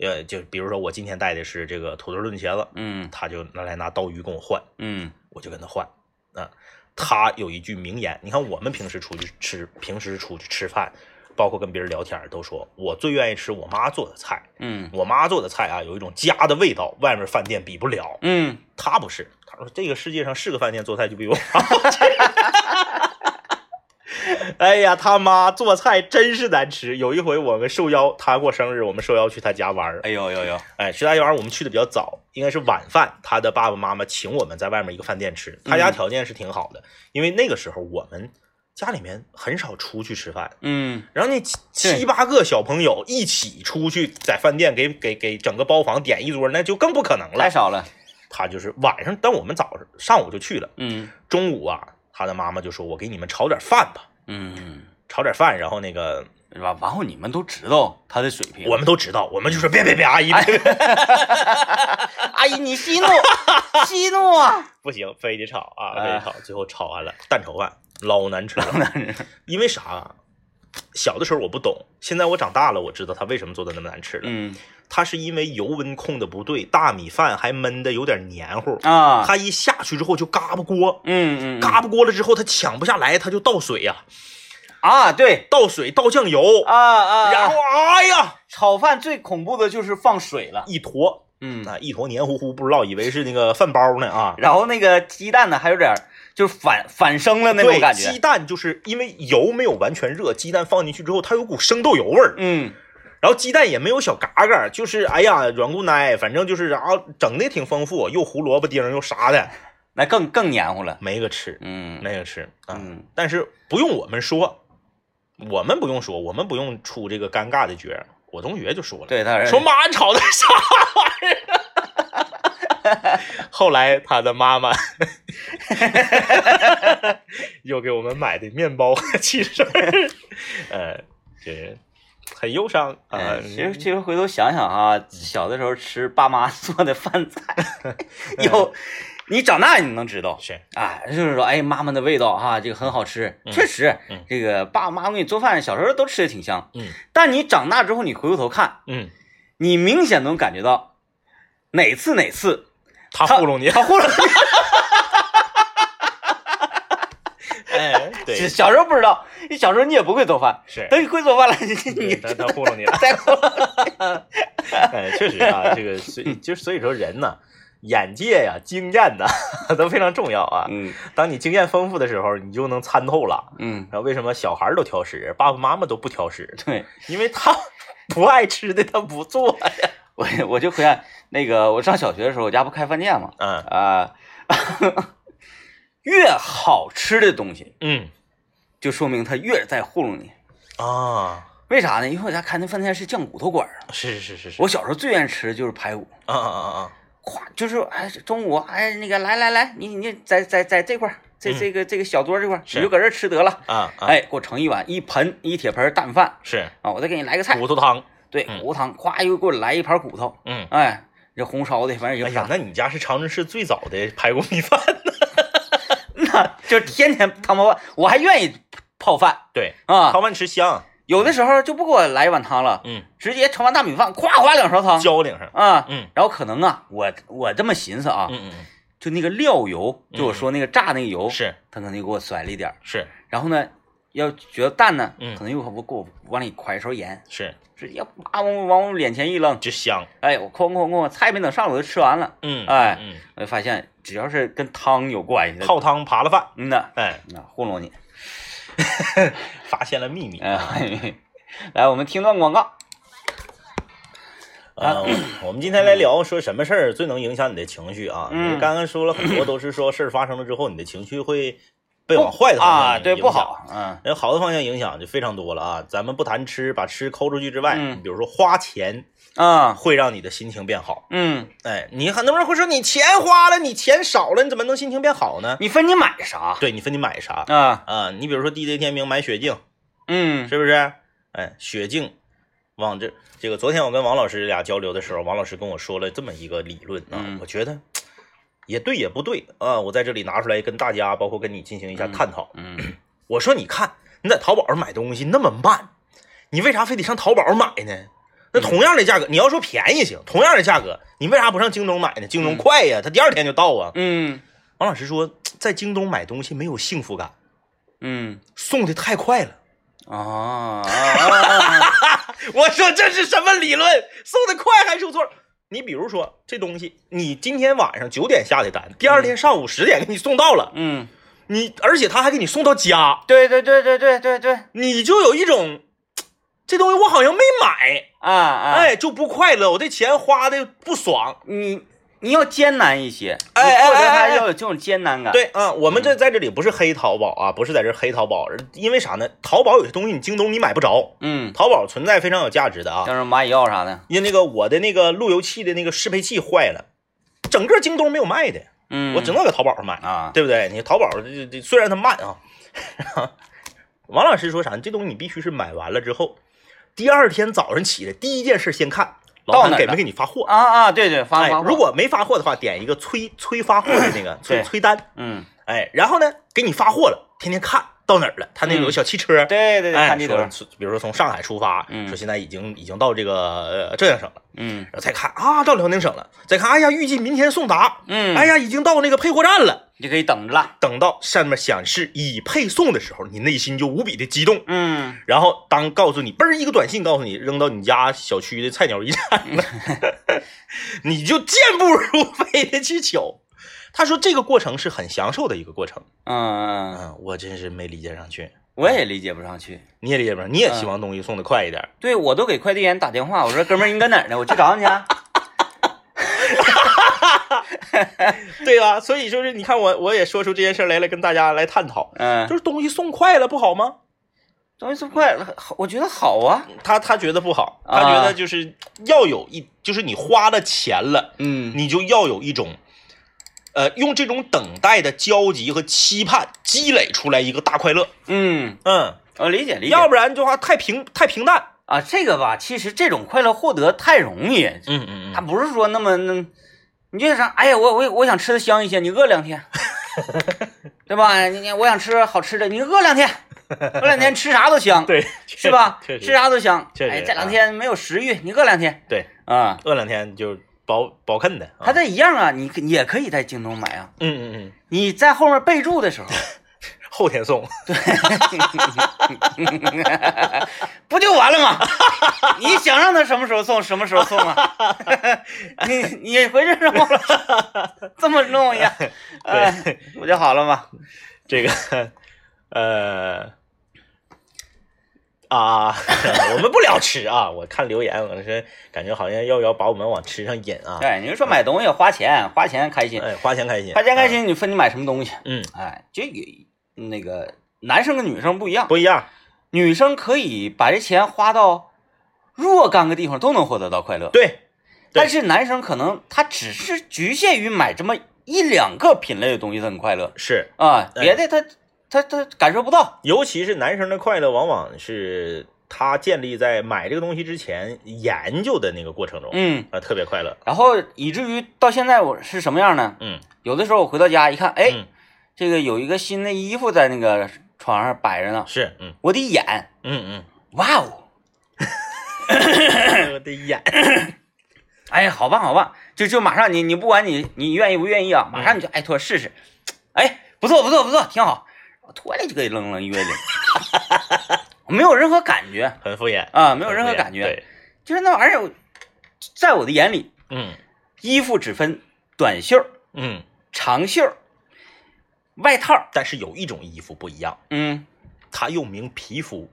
[SPEAKER 2] 呃，就比如说我今天带的是这个土豆炖茄子，
[SPEAKER 1] 嗯
[SPEAKER 2] 他就拿来拿刀鱼跟我换，
[SPEAKER 1] 嗯
[SPEAKER 2] 我就跟他换啊。他有一句名言，你看我们平时出去吃，平时出去吃饭，包括跟别人聊天，都说我最愿意吃我妈做的菜。
[SPEAKER 1] 嗯
[SPEAKER 2] 我妈做的菜啊，有一种家的味道，外面饭店比不了。
[SPEAKER 1] 嗯，
[SPEAKER 2] 他不是，他说这个世界上是个饭店做菜就比我妈好 <laughs> 吃。哎呀，他妈做菜真是难吃。有一回我们受邀，他过生日，我们受邀去他家玩儿。
[SPEAKER 1] 哎呦呦呦，
[SPEAKER 2] 哎，去他家玩儿我们去的比较早，应该是晚饭，他的爸爸妈妈请我们在外面一个饭店吃。他
[SPEAKER 1] 嗯
[SPEAKER 2] 家条件是挺好的，因为那个时候我们家里面很少出去吃饭，
[SPEAKER 1] 嗯
[SPEAKER 2] 然后那七
[SPEAKER 1] 对
[SPEAKER 2] 七八个小朋友一起出去在饭店给给给整个包房点一桌，那就更不可能
[SPEAKER 1] 太
[SPEAKER 2] 了。
[SPEAKER 1] 少了，
[SPEAKER 2] 他就是晚上，但我们早上上午就去了，
[SPEAKER 1] 嗯
[SPEAKER 2] 中午啊，他的妈妈就说：“我给你们炒点饭吧，
[SPEAKER 1] 嗯，
[SPEAKER 2] 炒点饭。”然后那个
[SPEAKER 1] 完完后你们都知道他的水平，
[SPEAKER 2] 我们都知道，我们就说：“别别别，阿
[SPEAKER 1] 哎
[SPEAKER 2] 姨，别别
[SPEAKER 1] 阿姨哎你息怒息怒啊， <laughs>
[SPEAKER 2] 不行，非得炒啊，非
[SPEAKER 1] 哎
[SPEAKER 2] 得炒。最后炒完了蛋炒饭，老难吃了。因为啥？啊小的时候我不懂，现在我长大了，我知道它为什么做的那么难吃了。
[SPEAKER 1] 嗯
[SPEAKER 2] 它是因为油温控的不对，大米饭还焖的有点黏糊，
[SPEAKER 1] 啊，
[SPEAKER 2] 它一下去之后就嘎巴锅，
[SPEAKER 1] 嗯嗯嗯
[SPEAKER 2] 嘎巴锅了之后它抢不下来，它就倒水呀、
[SPEAKER 1] 啊，对
[SPEAKER 2] 倒水倒酱油，
[SPEAKER 1] 啊啊，
[SPEAKER 2] 然后哎呀
[SPEAKER 1] 炒饭最恐怖的就是放水了，
[SPEAKER 2] 一坨
[SPEAKER 1] 嗯，
[SPEAKER 2] 啊，一坨黏糊糊，不知道以为是那个饭包呢啊。
[SPEAKER 1] 然后那个鸡蛋呢还有点儿就是反反生了那
[SPEAKER 2] 对
[SPEAKER 1] 种，感
[SPEAKER 2] 鸡
[SPEAKER 1] 觉，
[SPEAKER 2] 蛋就是因为油没有完全热，鸡蛋放进去之后，它有股生豆油味儿，
[SPEAKER 1] 嗯
[SPEAKER 2] 然后鸡蛋也没有小嘎嘎，就是哎呀软骨奶，反正就是然后整的挺丰富，又胡萝卜丁儿又啥的，
[SPEAKER 1] 那更更黏糊了，
[SPEAKER 2] 没个吃，
[SPEAKER 1] 嗯
[SPEAKER 2] 没个吃啊。
[SPEAKER 1] 嗯
[SPEAKER 2] 但是不用我们说，我们不用说，我们不用出这个尴尬的角儿。我同学就说了，
[SPEAKER 1] 对，他是
[SPEAKER 2] 说妈，你炒的啥玩意儿？ <laughs> 后来他的妈 <laughs> 妈又给我们买的面包和汽水儿， <laughs> 呃，这很忧伤啊、
[SPEAKER 1] 哎其实其实回头想想啊，小的时候吃爸妈做的饭 <laughs> 菜，有你长大你能知道。
[SPEAKER 2] 是
[SPEAKER 1] 啊，就是说，哎，妈妈的味道哈、这个很好吃，
[SPEAKER 2] 嗯
[SPEAKER 1] 确实，
[SPEAKER 2] 嗯
[SPEAKER 1] 这个爸妈给你做饭，小时候都吃的挺香，
[SPEAKER 2] 嗯
[SPEAKER 1] 但你长大之后，你回过头看，
[SPEAKER 2] 嗯，
[SPEAKER 1] 你明显能感觉到哪次哪次
[SPEAKER 2] 他糊弄你，
[SPEAKER 1] 他糊弄你，
[SPEAKER 2] <laughs> 哎，对
[SPEAKER 1] 小时候不知道，你小时候你也不会做饭，
[SPEAKER 2] 是
[SPEAKER 1] 等你会做饭了，你 <laughs> 你
[SPEAKER 2] 对他他糊
[SPEAKER 1] <laughs>
[SPEAKER 2] 弄你了。
[SPEAKER 1] 再做
[SPEAKER 2] <laughs> 哎，确实啊，这个所以就所以说人呢，眼界呀、经验呐 <laughs> 都非常重要啊。
[SPEAKER 1] 嗯
[SPEAKER 2] 当你经验丰富的时候，你就能参透了。
[SPEAKER 1] 嗯，
[SPEAKER 2] 然后为什么小孩儿都挑食，爸爸妈妈都不挑食？
[SPEAKER 1] 对
[SPEAKER 2] 因为
[SPEAKER 1] <laughs>
[SPEAKER 2] 他不爱吃的他不做呀。
[SPEAKER 1] 我我就回想那个我上小学的时候，我家不开饭店嘛，
[SPEAKER 2] 嗯
[SPEAKER 1] 啊、 <laughs> 越好吃的东西，
[SPEAKER 2] 嗯
[SPEAKER 1] 就说明他越在糊弄你。
[SPEAKER 2] 啊，
[SPEAKER 1] 为啥呢？因为我家开那饭店是酱骨头馆儿啊。
[SPEAKER 2] 是是是是是，
[SPEAKER 1] 我小时候最愿意吃的就是排骨，
[SPEAKER 2] 啊啊啊啊，
[SPEAKER 1] 咵，就是哎，中午哎那个来来来，你你在在在这块儿，这
[SPEAKER 2] 嗯
[SPEAKER 1] 这个这个小桌这块儿，
[SPEAKER 2] 是
[SPEAKER 1] 你就搁这儿吃得了。
[SPEAKER 2] 啊啊，
[SPEAKER 1] 哎，给我盛一碗一盆一铁盆淡饭
[SPEAKER 2] 是
[SPEAKER 1] 啊，我再给你来个菜
[SPEAKER 2] 骨，头汤。
[SPEAKER 1] 对，
[SPEAKER 2] 嗯
[SPEAKER 1] 骨头汤，咵又给我来一盘骨头，
[SPEAKER 2] 嗯，
[SPEAKER 1] 哎，这红烧的，反正也
[SPEAKER 2] 哎
[SPEAKER 1] 不
[SPEAKER 2] 呀
[SPEAKER 1] 啥，，
[SPEAKER 2] 那你家是长春市最早的排骨米饭。
[SPEAKER 1] <laughs> 那就天天汤泡饭，我还愿意泡饭
[SPEAKER 2] 对，
[SPEAKER 1] 啊
[SPEAKER 2] 汤。饭吃香。
[SPEAKER 1] 有的时候就不给我来一碗汤了，
[SPEAKER 2] 嗯，
[SPEAKER 1] 直接盛碗大米饭，咵咵两勺汤
[SPEAKER 2] 浇两声。
[SPEAKER 1] 啊。
[SPEAKER 2] 嗯
[SPEAKER 1] 然后可能啊，我我这么寻思啊，
[SPEAKER 2] 嗯嗯
[SPEAKER 1] 就那个料油，
[SPEAKER 2] 嗯
[SPEAKER 1] 就我说那个炸那个油，
[SPEAKER 2] 嗯，是
[SPEAKER 1] 他可能就给我甩了一点儿。
[SPEAKER 2] 是
[SPEAKER 1] 然后呢，要觉得淡呢，
[SPEAKER 2] 嗯
[SPEAKER 1] 可能又我给我往里㧟一勺盐，
[SPEAKER 2] 是，
[SPEAKER 1] 直接啪往我往我脸前一扔，
[SPEAKER 2] 就香。
[SPEAKER 1] 哎，我哐哐哐，菜没等上我就吃完了。
[SPEAKER 2] 嗯，
[SPEAKER 1] 哎
[SPEAKER 2] 嗯，
[SPEAKER 1] 我就发现只要是跟汤有关系的，
[SPEAKER 2] 泡汤扒了饭。
[SPEAKER 1] 嗯呐，
[SPEAKER 2] 哎，
[SPEAKER 1] 那糊弄你。 <laughs>
[SPEAKER 2] 发现了秘密。
[SPEAKER 1] 哎，来，我们听段广告。
[SPEAKER 2] 啊， <clears throat> 我们今天来聊说什么事儿最能影响你的情绪啊？
[SPEAKER 1] 嗯
[SPEAKER 2] 你刚刚说了很多都是说事儿发生了之后，你的情绪会被往坏的方向
[SPEAKER 1] 啊，对，
[SPEAKER 2] 哎影
[SPEAKER 1] 不
[SPEAKER 2] 响。
[SPEAKER 1] 好，嗯
[SPEAKER 2] 那好的方向影响就非常多了啊！咱们不谈吃，把吃抠出去之外，
[SPEAKER 1] 嗯
[SPEAKER 2] 你比如说花钱
[SPEAKER 1] 啊，
[SPEAKER 2] 会让你的心情变好。
[SPEAKER 1] 嗯，
[SPEAKER 2] 哎，你很多人会说你钱花了，你钱少了，你怎么能心情变好呢？
[SPEAKER 1] 你分你买啥
[SPEAKER 2] 对你分你买啥
[SPEAKER 1] 啊？
[SPEAKER 2] 啊？你比如说 DJ 天明买雪镜，
[SPEAKER 1] 嗯
[SPEAKER 2] 是不是？哎，雪镜，往这这个，昨天我跟王老师俩交流的时候，王老师跟我说了这么一个理论啊，
[SPEAKER 1] 嗯
[SPEAKER 2] 我觉得也对也不对啊，我在这里拿出来跟大家，包括跟你进行一下探讨。
[SPEAKER 1] 嗯，
[SPEAKER 2] 我说，你看你在淘宝上买东西那么慢，你为啥非得上淘宝买呢？
[SPEAKER 1] 嗯
[SPEAKER 2] 那同样的价格，你要说便宜行，同样的价格，你为啥不上京东买呢？京东快呀，它第二天就到啊。
[SPEAKER 1] 嗯
[SPEAKER 2] 王老师说，在京东买东西没有幸福感，
[SPEAKER 1] 嗯
[SPEAKER 2] 送的太快了。
[SPEAKER 1] 啊啊啊！啊
[SPEAKER 2] <laughs> 我说这是什么理论？送的快还出错？你比如说这东西，你今天晚上九点下的单，第二天上午十点给你送到了，
[SPEAKER 1] 嗯，
[SPEAKER 2] 你而且他还给你送到家，
[SPEAKER 1] 对对对对对对对，
[SPEAKER 2] 你就有一种嘖这东西我好像没买，
[SPEAKER 1] 啊啊，，
[SPEAKER 2] 哎，就不快乐，我这钱花的不爽。
[SPEAKER 1] 你你要艰难一些，
[SPEAKER 2] 哎哎
[SPEAKER 1] 你获得
[SPEAKER 2] 哎
[SPEAKER 1] 它
[SPEAKER 2] 哎哎
[SPEAKER 1] 要有这种艰难感。，
[SPEAKER 2] 对啊，我们这在这里不是黑淘宝啊，不是在这黑淘宝，因为啥呢？淘宝有些东西你京东你买不着，
[SPEAKER 1] 嗯，
[SPEAKER 2] 淘宝存在非常有价值的啊。
[SPEAKER 1] 像什么蚂蚁药啥的，
[SPEAKER 2] 因为那个我的那个路由器的那个适配器坏了，整个京东没有卖的。
[SPEAKER 1] 嗯，
[SPEAKER 2] 我只能搁淘宝上买，
[SPEAKER 1] 啊，
[SPEAKER 2] 对不对？你淘宝这这虽然它慢啊，王老师说啥？这东西你必须是买完了之后，第二天早上起来第一件事先看
[SPEAKER 1] 到
[SPEAKER 2] 老
[SPEAKER 1] 哪
[SPEAKER 2] 板
[SPEAKER 1] 儿
[SPEAKER 2] 给
[SPEAKER 1] 了
[SPEAKER 2] 没给你发货。
[SPEAKER 1] 啊啊，对对，发
[SPEAKER 2] 哎
[SPEAKER 1] 发，
[SPEAKER 2] 如果没发货的话，点一个催催发货的
[SPEAKER 1] <clears throat>
[SPEAKER 2] 那个催
[SPEAKER 1] 对
[SPEAKER 2] 催单，
[SPEAKER 1] 嗯，
[SPEAKER 2] 哎，然后呢给你发货了，天天看到哪儿了，他那有
[SPEAKER 1] 嗯
[SPEAKER 2] 个小汽车，
[SPEAKER 1] 对对对，
[SPEAKER 2] 哎
[SPEAKER 1] 看地图，
[SPEAKER 2] 说说比如说从上海出发，
[SPEAKER 1] 嗯
[SPEAKER 2] 说现在已经已经到这个呃浙江省了，
[SPEAKER 1] 嗯
[SPEAKER 2] 然后再看啊到辽宁省了，再看哎呀预计明天送达，
[SPEAKER 1] 嗯，
[SPEAKER 2] 哎，呀已经到那个配货站了。
[SPEAKER 1] 你可以等着了，
[SPEAKER 2] 等到上面显示已配送的时候，你内心就无比的激动。
[SPEAKER 1] 嗯，
[SPEAKER 2] 然后当告诉你嘣儿一个短信告诉你扔到你家小区的菜鸟
[SPEAKER 1] <laughs>
[SPEAKER 2] 驿站了，你就健步如飞的去取。他说这个过程是很享受的一个过程。
[SPEAKER 1] 嗯，嗯
[SPEAKER 2] 嗯，我真是没理解上去，
[SPEAKER 1] 我也理解不上去。
[SPEAKER 2] 你也理解不上，你也希望东西送的快一点。
[SPEAKER 1] 对，我都给快递员打电话，我说哥们儿，你搁哪儿呢？我去找你去
[SPEAKER 2] <laughs>
[SPEAKER 1] 啊。嗯
[SPEAKER 2] 对吧？所以就是你看我我也说出这件事儿来了，跟大家来探讨，
[SPEAKER 1] 嗯，
[SPEAKER 2] 就是东西送快了不好吗？
[SPEAKER 1] 东西送快了，好我觉得好啊。
[SPEAKER 2] 他他觉得不好，
[SPEAKER 1] 啊
[SPEAKER 2] 他觉得就是要有一，就是你花了钱了。
[SPEAKER 1] 嗯
[SPEAKER 2] 你就要有一种，呃，用这种等待的焦急和期盼积累出来一个大快乐。
[SPEAKER 1] 嗯，
[SPEAKER 2] 嗯，
[SPEAKER 1] 我理解理解。
[SPEAKER 2] 要不然的话太平太平淡。
[SPEAKER 1] 啊，这个吧，其实这种快乐获得太容易，
[SPEAKER 2] 嗯嗯
[SPEAKER 1] 它不是说那么那，你就想，哎呀，我我我想吃的香一些，你饿两
[SPEAKER 2] <laughs>
[SPEAKER 1] 天，对吧？你你我想吃好吃的，你饿
[SPEAKER 2] <laughs>
[SPEAKER 1] 两天，饿两天吃啥都香，
[SPEAKER 2] 对，
[SPEAKER 1] <laughs> 是吧？
[SPEAKER 2] 确
[SPEAKER 1] 吃
[SPEAKER 2] 实，
[SPEAKER 1] 啥都香。
[SPEAKER 2] 确实
[SPEAKER 1] 哎，这两
[SPEAKER 2] 啊
[SPEAKER 1] 天没有食欲，你饿两天
[SPEAKER 2] 对，
[SPEAKER 1] 啊。
[SPEAKER 2] 饿两天就饱饱啃的。啊
[SPEAKER 1] 它这一样啊，你可也可以在京东买啊。
[SPEAKER 2] 嗯嗯嗯，
[SPEAKER 1] 你在后面备注的时候，
[SPEAKER 2] 后天送。
[SPEAKER 1] <laughs> 不就完了吗？你想让他什么时候送，什么时候送啊？ <laughs> 你你回去扔了， <laughs> 这么弄呀？哎，不就好了吗？
[SPEAKER 2] 这个，呃，啊， <laughs> 我们不聊吃啊。我看留言，我是感觉好像要要把我们往吃上引啊。
[SPEAKER 1] 对，你就说买东西花钱，花钱开心，
[SPEAKER 2] 哎，花钱开心，
[SPEAKER 1] 花钱开
[SPEAKER 2] 啊。
[SPEAKER 1] 心，你分你买什么东西？
[SPEAKER 2] 嗯，
[SPEAKER 1] 哎，这个那个男生跟女生不一样，
[SPEAKER 2] 不一样。
[SPEAKER 1] 女生可以把这钱花到若干个地方都能获得到快乐，
[SPEAKER 2] 对，对
[SPEAKER 1] 但是男生可能他只是局限于买这么一两个品类的东西，他很快乐
[SPEAKER 2] 是，
[SPEAKER 1] 啊，
[SPEAKER 2] 哎
[SPEAKER 1] 别的他他他感受不到。
[SPEAKER 2] 尤其是男生的快乐，往往是他建立在买这个东西之前研究的那个过程中，
[SPEAKER 1] 嗯，
[SPEAKER 2] 啊，特别快乐。
[SPEAKER 1] 然后以至于到现在我是什么样呢？
[SPEAKER 2] 嗯，
[SPEAKER 1] 有的时候我回到家一看，哎，
[SPEAKER 2] 嗯
[SPEAKER 1] 这个有一个新的衣服在那个床上摆着呢，
[SPEAKER 2] 是，嗯
[SPEAKER 1] 我得演，
[SPEAKER 2] 嗯
[SPEAKER 1] 哇哦， <laughs>
[SPEAKER 2] 嗯，我的眼，
[SPEAKER 1] 哎呀，好棒好棒，就就马上你你不管你你愿意不愿意啊，马上你就哎脱试试，哎，不错不错不错，挺好，我脱了就给扔扔约
[SPEAKER 2] <laughs>
[SPEAKER 1] 里，没有任何感觉
[SPEAKER 2] 很敷衍，
[SPEAKER 1] 啊， <laughs> 没有任何
[SPEAKER 2] 很敷衍
[SPEAKER 1] 感觉，
[SPEAKER 2] 对，
[SPEAKER 1] 就是那玩意儿，我在我的眼里，
[SPEAKER 2] 嗯
[SPEAKER 1] 衣服只分短袖、
[SPEAKER 2] 嗯。
[SPEAKER 1] 长袖、外套，
[SPEAKER 2] 但是有一种衣服不一样，
[SPEAKER 1] 嗯，
[SPEAKER 2] 它又名皮肤。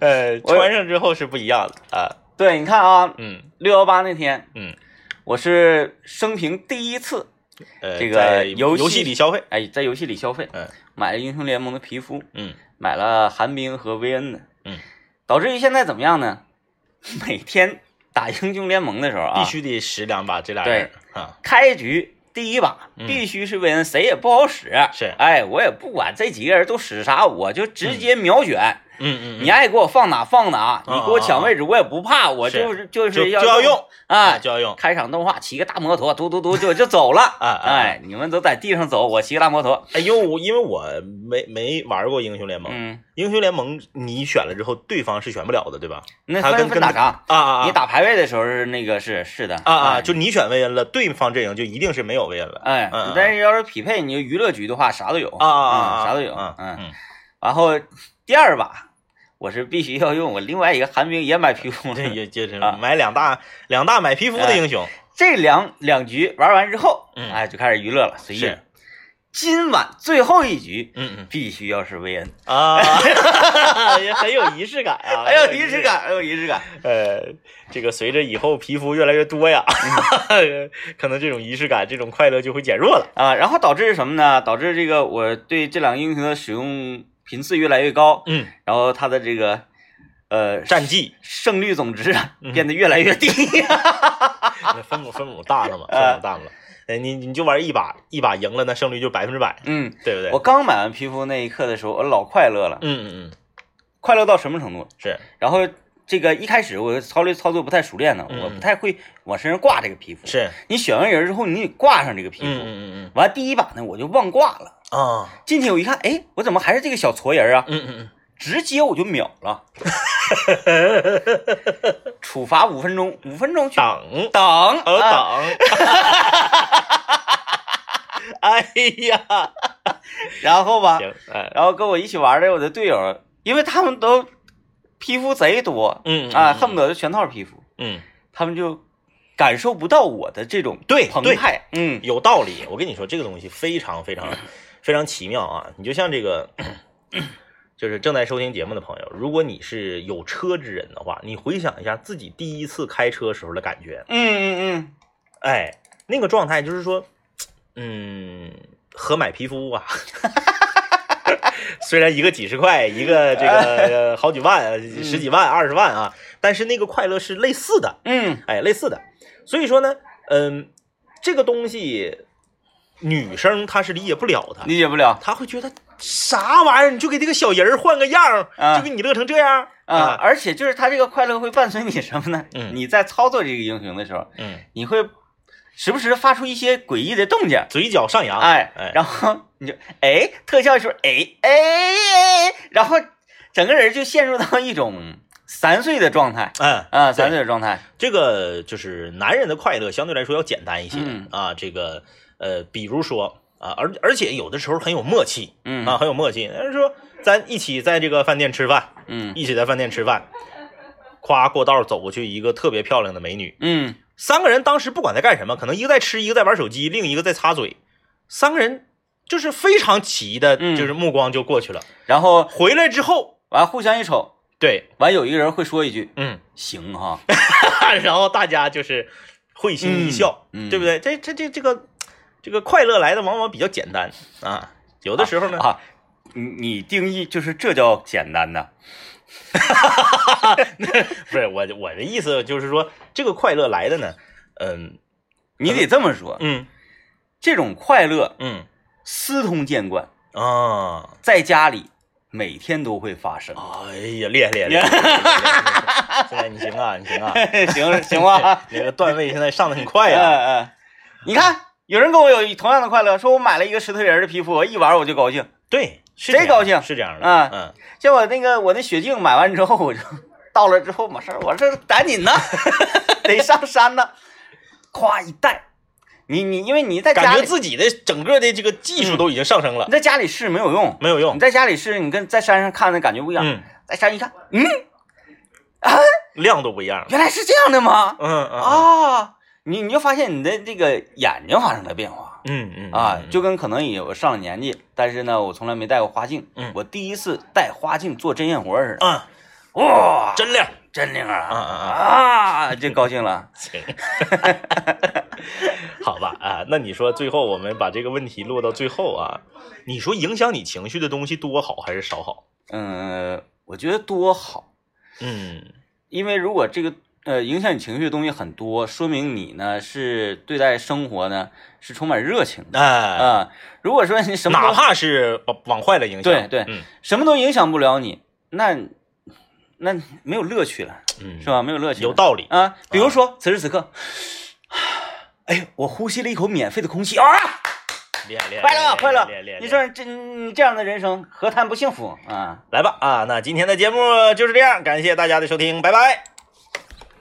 [SPEAKER 2] 呃，
[SPEAKER 1] <laughs> 我
[SPEAKER 2] 穿上之后是不一样的啊。
[SPEAKER 1] 对，你看啊，
[SPEAKER 2] 嗯
[SPEAKER 1] 六幺八那天，
[SPEAKER 2] 嗯，
[SPEAKER 1] 我是生平第一次，
[SPEAKER 2] 呃，
[SPEAKER 1] 这个
[SPEAKER 2] 在
[SPEAKER 1] 游
[SPEAKER 2] 游
[SPEAKER 1] 戏
[SPEAKER 2] 里消费，
[SPEAKER 1] 哎，在游戏里消费，
[SPEAKER 2] 嗯
[SPEAKER 1] 买了英雄联盟的皮肤，
[SPEAKER 2] 嗯
[SPEAKER 1] 买了寒冰和薇恩的，
[SPEAKER 2] 嗯，
[SPEAKER 1] 导致于现在怎么样呢？ <laughs> 每天打英雄联盟的时候啊，
[SPEAKER 2] 必须得使两把这俩
[SPEAKER 1] 对
[SPEAKER 2] 人啊，
[SPEAKER 1] 开局第一把
[SPEAKER 2] 嗯
[SPEAKER 1] 必须是薇恩，谁也不好使。
[SPEAKER 2] 是
[SPEAKER 1] 哎，我也不管这几个人都使啥，我就直接秒选，
[SPEAKER 2] 嗯嗯，
[SPEAKER 1] 你爱给我放哪放哪，
[SPEAKER 2] 嗯
[SPEAKER 1] 你给我抢位置我也不怕，我就是就
[SPEAKER 2] 就是就要用
[SPEAKER 1] 啊。
[SPEAKER 2] 就要用
[SPEAKER 1] 开场动画骑个大摩托，嘟嘟嘟就就走了。
[SPEAKER 2] <laughs> 啊啊
[SPEAKER 1] 哎，你们都在地上走，我骑个大摩托。
[SPEAKER 2] 哎，因为我因为我没没玩过英雄联盟，
[SPEAKER 1] 嗯，
[SPEAKER 2] 英雄联盟你选了之后，对方是选不了的，对吧？
[SPEAKER 1] 那
[SPEAKER 2] 他
[SPEAKER 1] 分
[SPEAKER 2] 跟
[SPEAKER 1] 分
[SPEAKER 2] 跟
[SPEAKER 1] 打啥？
[SPEAKER 2] 啊啊，
[SPEAKER 1] 你打排位的时候是那个是是的
[SPEAKER 2] 啊啊，
[SPEAKER 1] 哎
[SPEAKER 2] 就你选薇恩了，对方阵营就一定是没有薇恩了。
[SPEAKER 1] 哎
[SPEAKER 2] 嗯嗯，
[SPEAKER 1] 但是要是匹配，你就娱乐局的话，啥都有
[SPEAKER 2] 啊啊啊，
[SPEAKER 1] 嗯啥都有，
[SPEAKER 2] 啊
[SPEAKER 1] 嗯。然后第二把，我是必须要用我另外一个寒冰也买皮肤
[SPEAKER 2] 这
[SPEAKER 1] 的，
[SPEAKER 2] 也就是
[SPEAKER 1] 啊哎
[SPEAKER 2] 买两大两大买皮肤的英雄，
[SPEAKER 1] 这两两局玩完之后，
[SPEAKER 2] 嗯
[SPEAKER 1] 哎，就开始娱乐了，随意
[SPEAKER 2] 是
[SPEAKER 1] 了。今晚最后一局
[SPEAKER 2] 嗯
[SPEAKER 1] 必须要是薇恩，
[SPEAKER 2] 嗯
[SPEAKER 1] <laughs>
[SPEAKER 2] 啊，也很有仪式感啊，
[SPEAKER 1] 哎呦，仪式。感，哎呦，仪式感，
[SPEAKER 2] 呃，这个随着以后皮肤越来越多呀，
[SPEAKER 1] 嗯
[SPEAKER 2] <laughs> 可能这种仪式感、这种快乐就会减弱了。
[SPEAKER 1] 啊！然后导致什么呢？导致这个我对这两个英雄的使用频次越来越高，
[SPEAKER 2] 嗯，
[SPEAKER 1] 然后他的这个呃
[SPEAKER 2] 战绩
[SPEAKER 1] 胜率总值啊变得越来越 <laughs> 低。
[SPEAKER 2] 分母分母大了嘛，分母大了嘛。 <laughs> 哎，你你就玩一把，一把赢了，那胜率就百分之百，
[SPEAKER 1] 嗯，
[SPEAKER 2] 对不对？
[SPEAKER 1] 我刚买完皮肤那一刻的时候，我老快乐了，
[SPEAKER 2] 嗯嗯嗯，
[SPEAKER 1] 快乐到什么程度？
[SPEAKER 2] 是
[SPEAKER 1] 然后这个一开始我操作操作不太熟练呢，
[SPEAKER 2] 嗯
[SPEAKER 1] 我不太会往身上挂这个皮肤。
[SPEAKER 2] 是，
[SPEAKER 1] 你选完人之后，你得挂上这个皮
[SPEAKER 2] 嗯
[SPEAKER 1] 肤。
[SPEAKER 2] 嗯嗯
[SPEAKER 1] 完第一把呢，我就忘挂了。
[SPEAKER 2] 嗯啊，
[SPEAKER 1] 进去我一看，哎，我怎么还是这个小矬人啊？
[SPEAKER 2] 嗯嗯
[SPEAKER 1] 直接我就秒
[SPEAKER 2] <laughs>
[SPEAKER 1] 了，处罚五分钟，五分钟去
[SPEAKER 2] 挡，
[SPEAKER 1] 等
[SPEAKER 2] 呃
[SPEAKER 1] 啊
[SPEAKER 2] 挡，哎呀，
[SPEAKER 1] 然后吧，
[SPEAKER 2] <laughs> 行，哎，
[SPEAKER 1] 然后跟我一起玩的我的队友，因为他们都皮肤贼多，
[SPEAKER 2] 嗯
[SPEAKER 1] 啊，恨不得是全套皮肤，
[SPEAKER 2] 嗯，
[SPEAKER 1] 他们就感受不到我的这种
[SPEAKER 2] 对
[SPEAKER 1] 澎
[SPEAKER 2] 对
[SPEAKER 1] 湃，嗯
[SPEAKER 2] 有道理。我跟你说，这个东西非常非常非常奇妙啊！你就像这个，就是正在收听节目的朋友，如果你是有车之人的话，你回想一下自己第一次开车时候的感觉，
[SPEAKER 1] 嗯嗯
[SPEAKER 2] 哎，那个状态就是说，嗯，和买皮肤啊。 <laughs> 虽然一个几十块，一个这个呃好几万、
[SPEAKER 1] 嗯
[SPEAKER 2] 十几万、二十万啊，但是那个快乐是类似的，
[SPEAKER 1] 嗯嗯，
[SPEAKER 2] 哎，类似的。所以说呢，嗯，这个东西女生她是理解不了的，
[SPEAKER 1] 嗯理解不了
[SPEAKER 2] 她会觉得啥玩意儿，你就给这个小人儿换个样儿，
[SPEAKER 1] 啊
[SPEAKER 2] 就给你乐成这样儿
[SPEAKER 1] 啊，，而且就是他这个快乐会伴随你什么呢？
[SPEAKER 2] 嗯
[SPEAKER 1] 你在操作这个英雄的时候，
[SPEAKER 2] 嗯，
[SPEAKER 1] 你会时不时发出一些诡异的动静。
[SPEAKER 2] 嘴角上扬，
[SPEAKER 1] 哎
[SPEAKER 2] 哎，，
[SPEAKER 1] 然后你就哎，特效一出，哎哎哎，然后整个人就陷入到一种散碎的状态
[SPEAKER 2] 嗯
[SPEAKER 1] 啊，
[SPEAKER 2] 对
[SPEAKER 1] 散碎的状态。
[SPEAKER 2] 这个就是男人的快乐相对来说要简单一些、
[SPEAKER 1] 嗯
[SPEAKER 2] 啊，这个呃，比如说啊，而而且有的时候很有默契
[SPEAKER 1] 嗯
[SPEAKER 2] 啊，很有默契。人说咱一起在这个饭店吃饭，
[SPEAKER 1] 嗯
[SPEAKER 2] 一起在饭店吃饭，夸过道走过去一个特别漂亮的美女，
[SPEAKER 1] 嗯
[SPEAKER 2] 三个人当时不管在干什么，可能一个在吃，一个在玩手机，另一个在擦嘴，三个人就是非常奇异的，
[SPEAKER 1] 嗯
[SPEAKER 2] 就是目光就过去了。
[SPEAKER 1] 然后
[SPEAKER 2] 回来之后，
[SPEAKER 1] 完互相一瞅，
[SPEAKER 2] 对，
[SPEAKER 1] 完有一个人会说一句
[SPEAKER 2] 嗯，
[SPEAKER 1] 行
[SPEAKER 2] <laughs>
[SPEAKER 1] 哈，
[SPEAKER 2] 然后大家就是会心一笑，
[SPEAKER 1] 嗯嗯
[SPEAKER 2] 对不对？这这这这个这个快乐来的往往比较简单啊，有的时候呢，
[SPEAKER 1] 啊，你你定义就是这叫简单呐，
[SPEAKER 2] <laughs> 不是我我的意思就是说，这个快乐来的呢，嗯
[SPEAKER 1] 你得这么说，
[SPEAKER 2] 嗯
[SPEAKER 1] 这种快乐
[SPEAKER 2] 嗯
[SPEAKER 1] 司空见惯，
[SPEAKER 2] 啊。
[SPEAKER 1] 在家里每天都会发生。
[SPEAKER 2] 哎呀，厉害厉害！厉害厉害厉害现在你行啊，你行啊，
[SPEAKER 1] <laughs> <laughs> 行行吧，
[SPEAKER 2] 你这个段位现在上的很快
[SPEAKER 1] 嗯
[SPEAKER 2] 啊呀、
[SPEAKER 1] 嗯，你看有人跟我有同样的快乐，说我买了一个石头人的皮肤，我一玩我就高兴。
[SPEAKER 2] 对，
[SPEAKER 1] 谁
[SPEAKER 2] 是这样
[SPEAKER 1] 高兴
[SPEAKER 2] 是这样的，
[SPEAKER 1] 啊
[SPEAKER 2] 嗯，
[SPEAKER 1] 结果那个我那雪镜买完之后，我就到了之后没事儿，我这赶紧呢， <laughs> 得上山呢，夸一戴，你你因为你在家
[SPEAKER 2] 感
[SPEAKER 1] 里嗯
[SPEAKER 2] 觉自己的整个的这个技术都已经上升了
[SPEAKER 1] 你，在家里试没有用，
[SPEAKER 2] 没有用
[SPEAKER 1] 你，在家里试你跟在山上看的感觉不一样，
[SPEAKER 2] 嗯，
[SPEAKER 1] 在山一看，嗯，
[SPEAKER 2] 量都不一样了，
[SPEAKER 1] 原来是这样的吗？
[SPEAKER 2] 嗯嗯嗯
[SPEAKER 1] 啊，你你就发现你的这个眼睛发生了变化。
[SPEAKER 2] 嗯嗯
[SPEAKER 1] 啊，
[SPEAKER 2] 嗯
[SPEAKER 1] 就跟可能也有上了年纪，但是呢，我从来没戴过花镜。
[SPEAKER 2] 嗯
[SPEAKER 1] 我第一次戴花镜做针线活儿似的，
[SPEAKER 2] 嗯，
[SPEAKER 1] 哇，
[SPEAKER 2] 真亮，
[SPEAKER 1] 真灵
[SPEAKER 2] 嗯
[SPEAKER 1] 啊！
[SPEAKER 2] 嗯嗯，
[SPEAKER 1] 啊，就高兴了。 <laughs>
[SPEAKER 2] 行，好吧啊，那你说最后我们把这个问题落到最后啊，你说影响你情绪的东西多好还是少好？
[SPEAKER 1] 嗯，我觉得多好，
[SPEAKER 2] 嗯
[SPEAKER 1] 因为如果这个呃影响你情绪的东西很多，说明你呢是对待生活呢是充满热情的啊、
[SPEAKER 2] 哎，
[SPEAKER 1] 如果说你什么
[SPEAKER 2] 哪
[SPEAKER 1] 都
[SPEAKER 2] 怕是往往坏了影响，
[SPEAKER 1] 对对
[SPEAKER 2] 嗯
[SPEAKER 1] 什么都影响不了你，那那没有乐趣了，
[SPEAKER 2] 嗯，
[SPEAKER 1] 是吧？没有乐趣了，
[SPEAKER 2] 有道理，
[SPEAKER 1] 啊，比如说此时此刻，哎呦，我呼吸了一口免费的空气啊，
[SPEAKER 2] 厉害厉害，
[SPEAKER 1] 快乐快乐
[SPEAKER 2] 厉害厉害！
[SPEAKER 1] 你说这你这样的人生何谈不幸福啊？
[SPEAKER 2] 来吧啊，那今天的节目就是这样，感谢大家的收听，拜拜。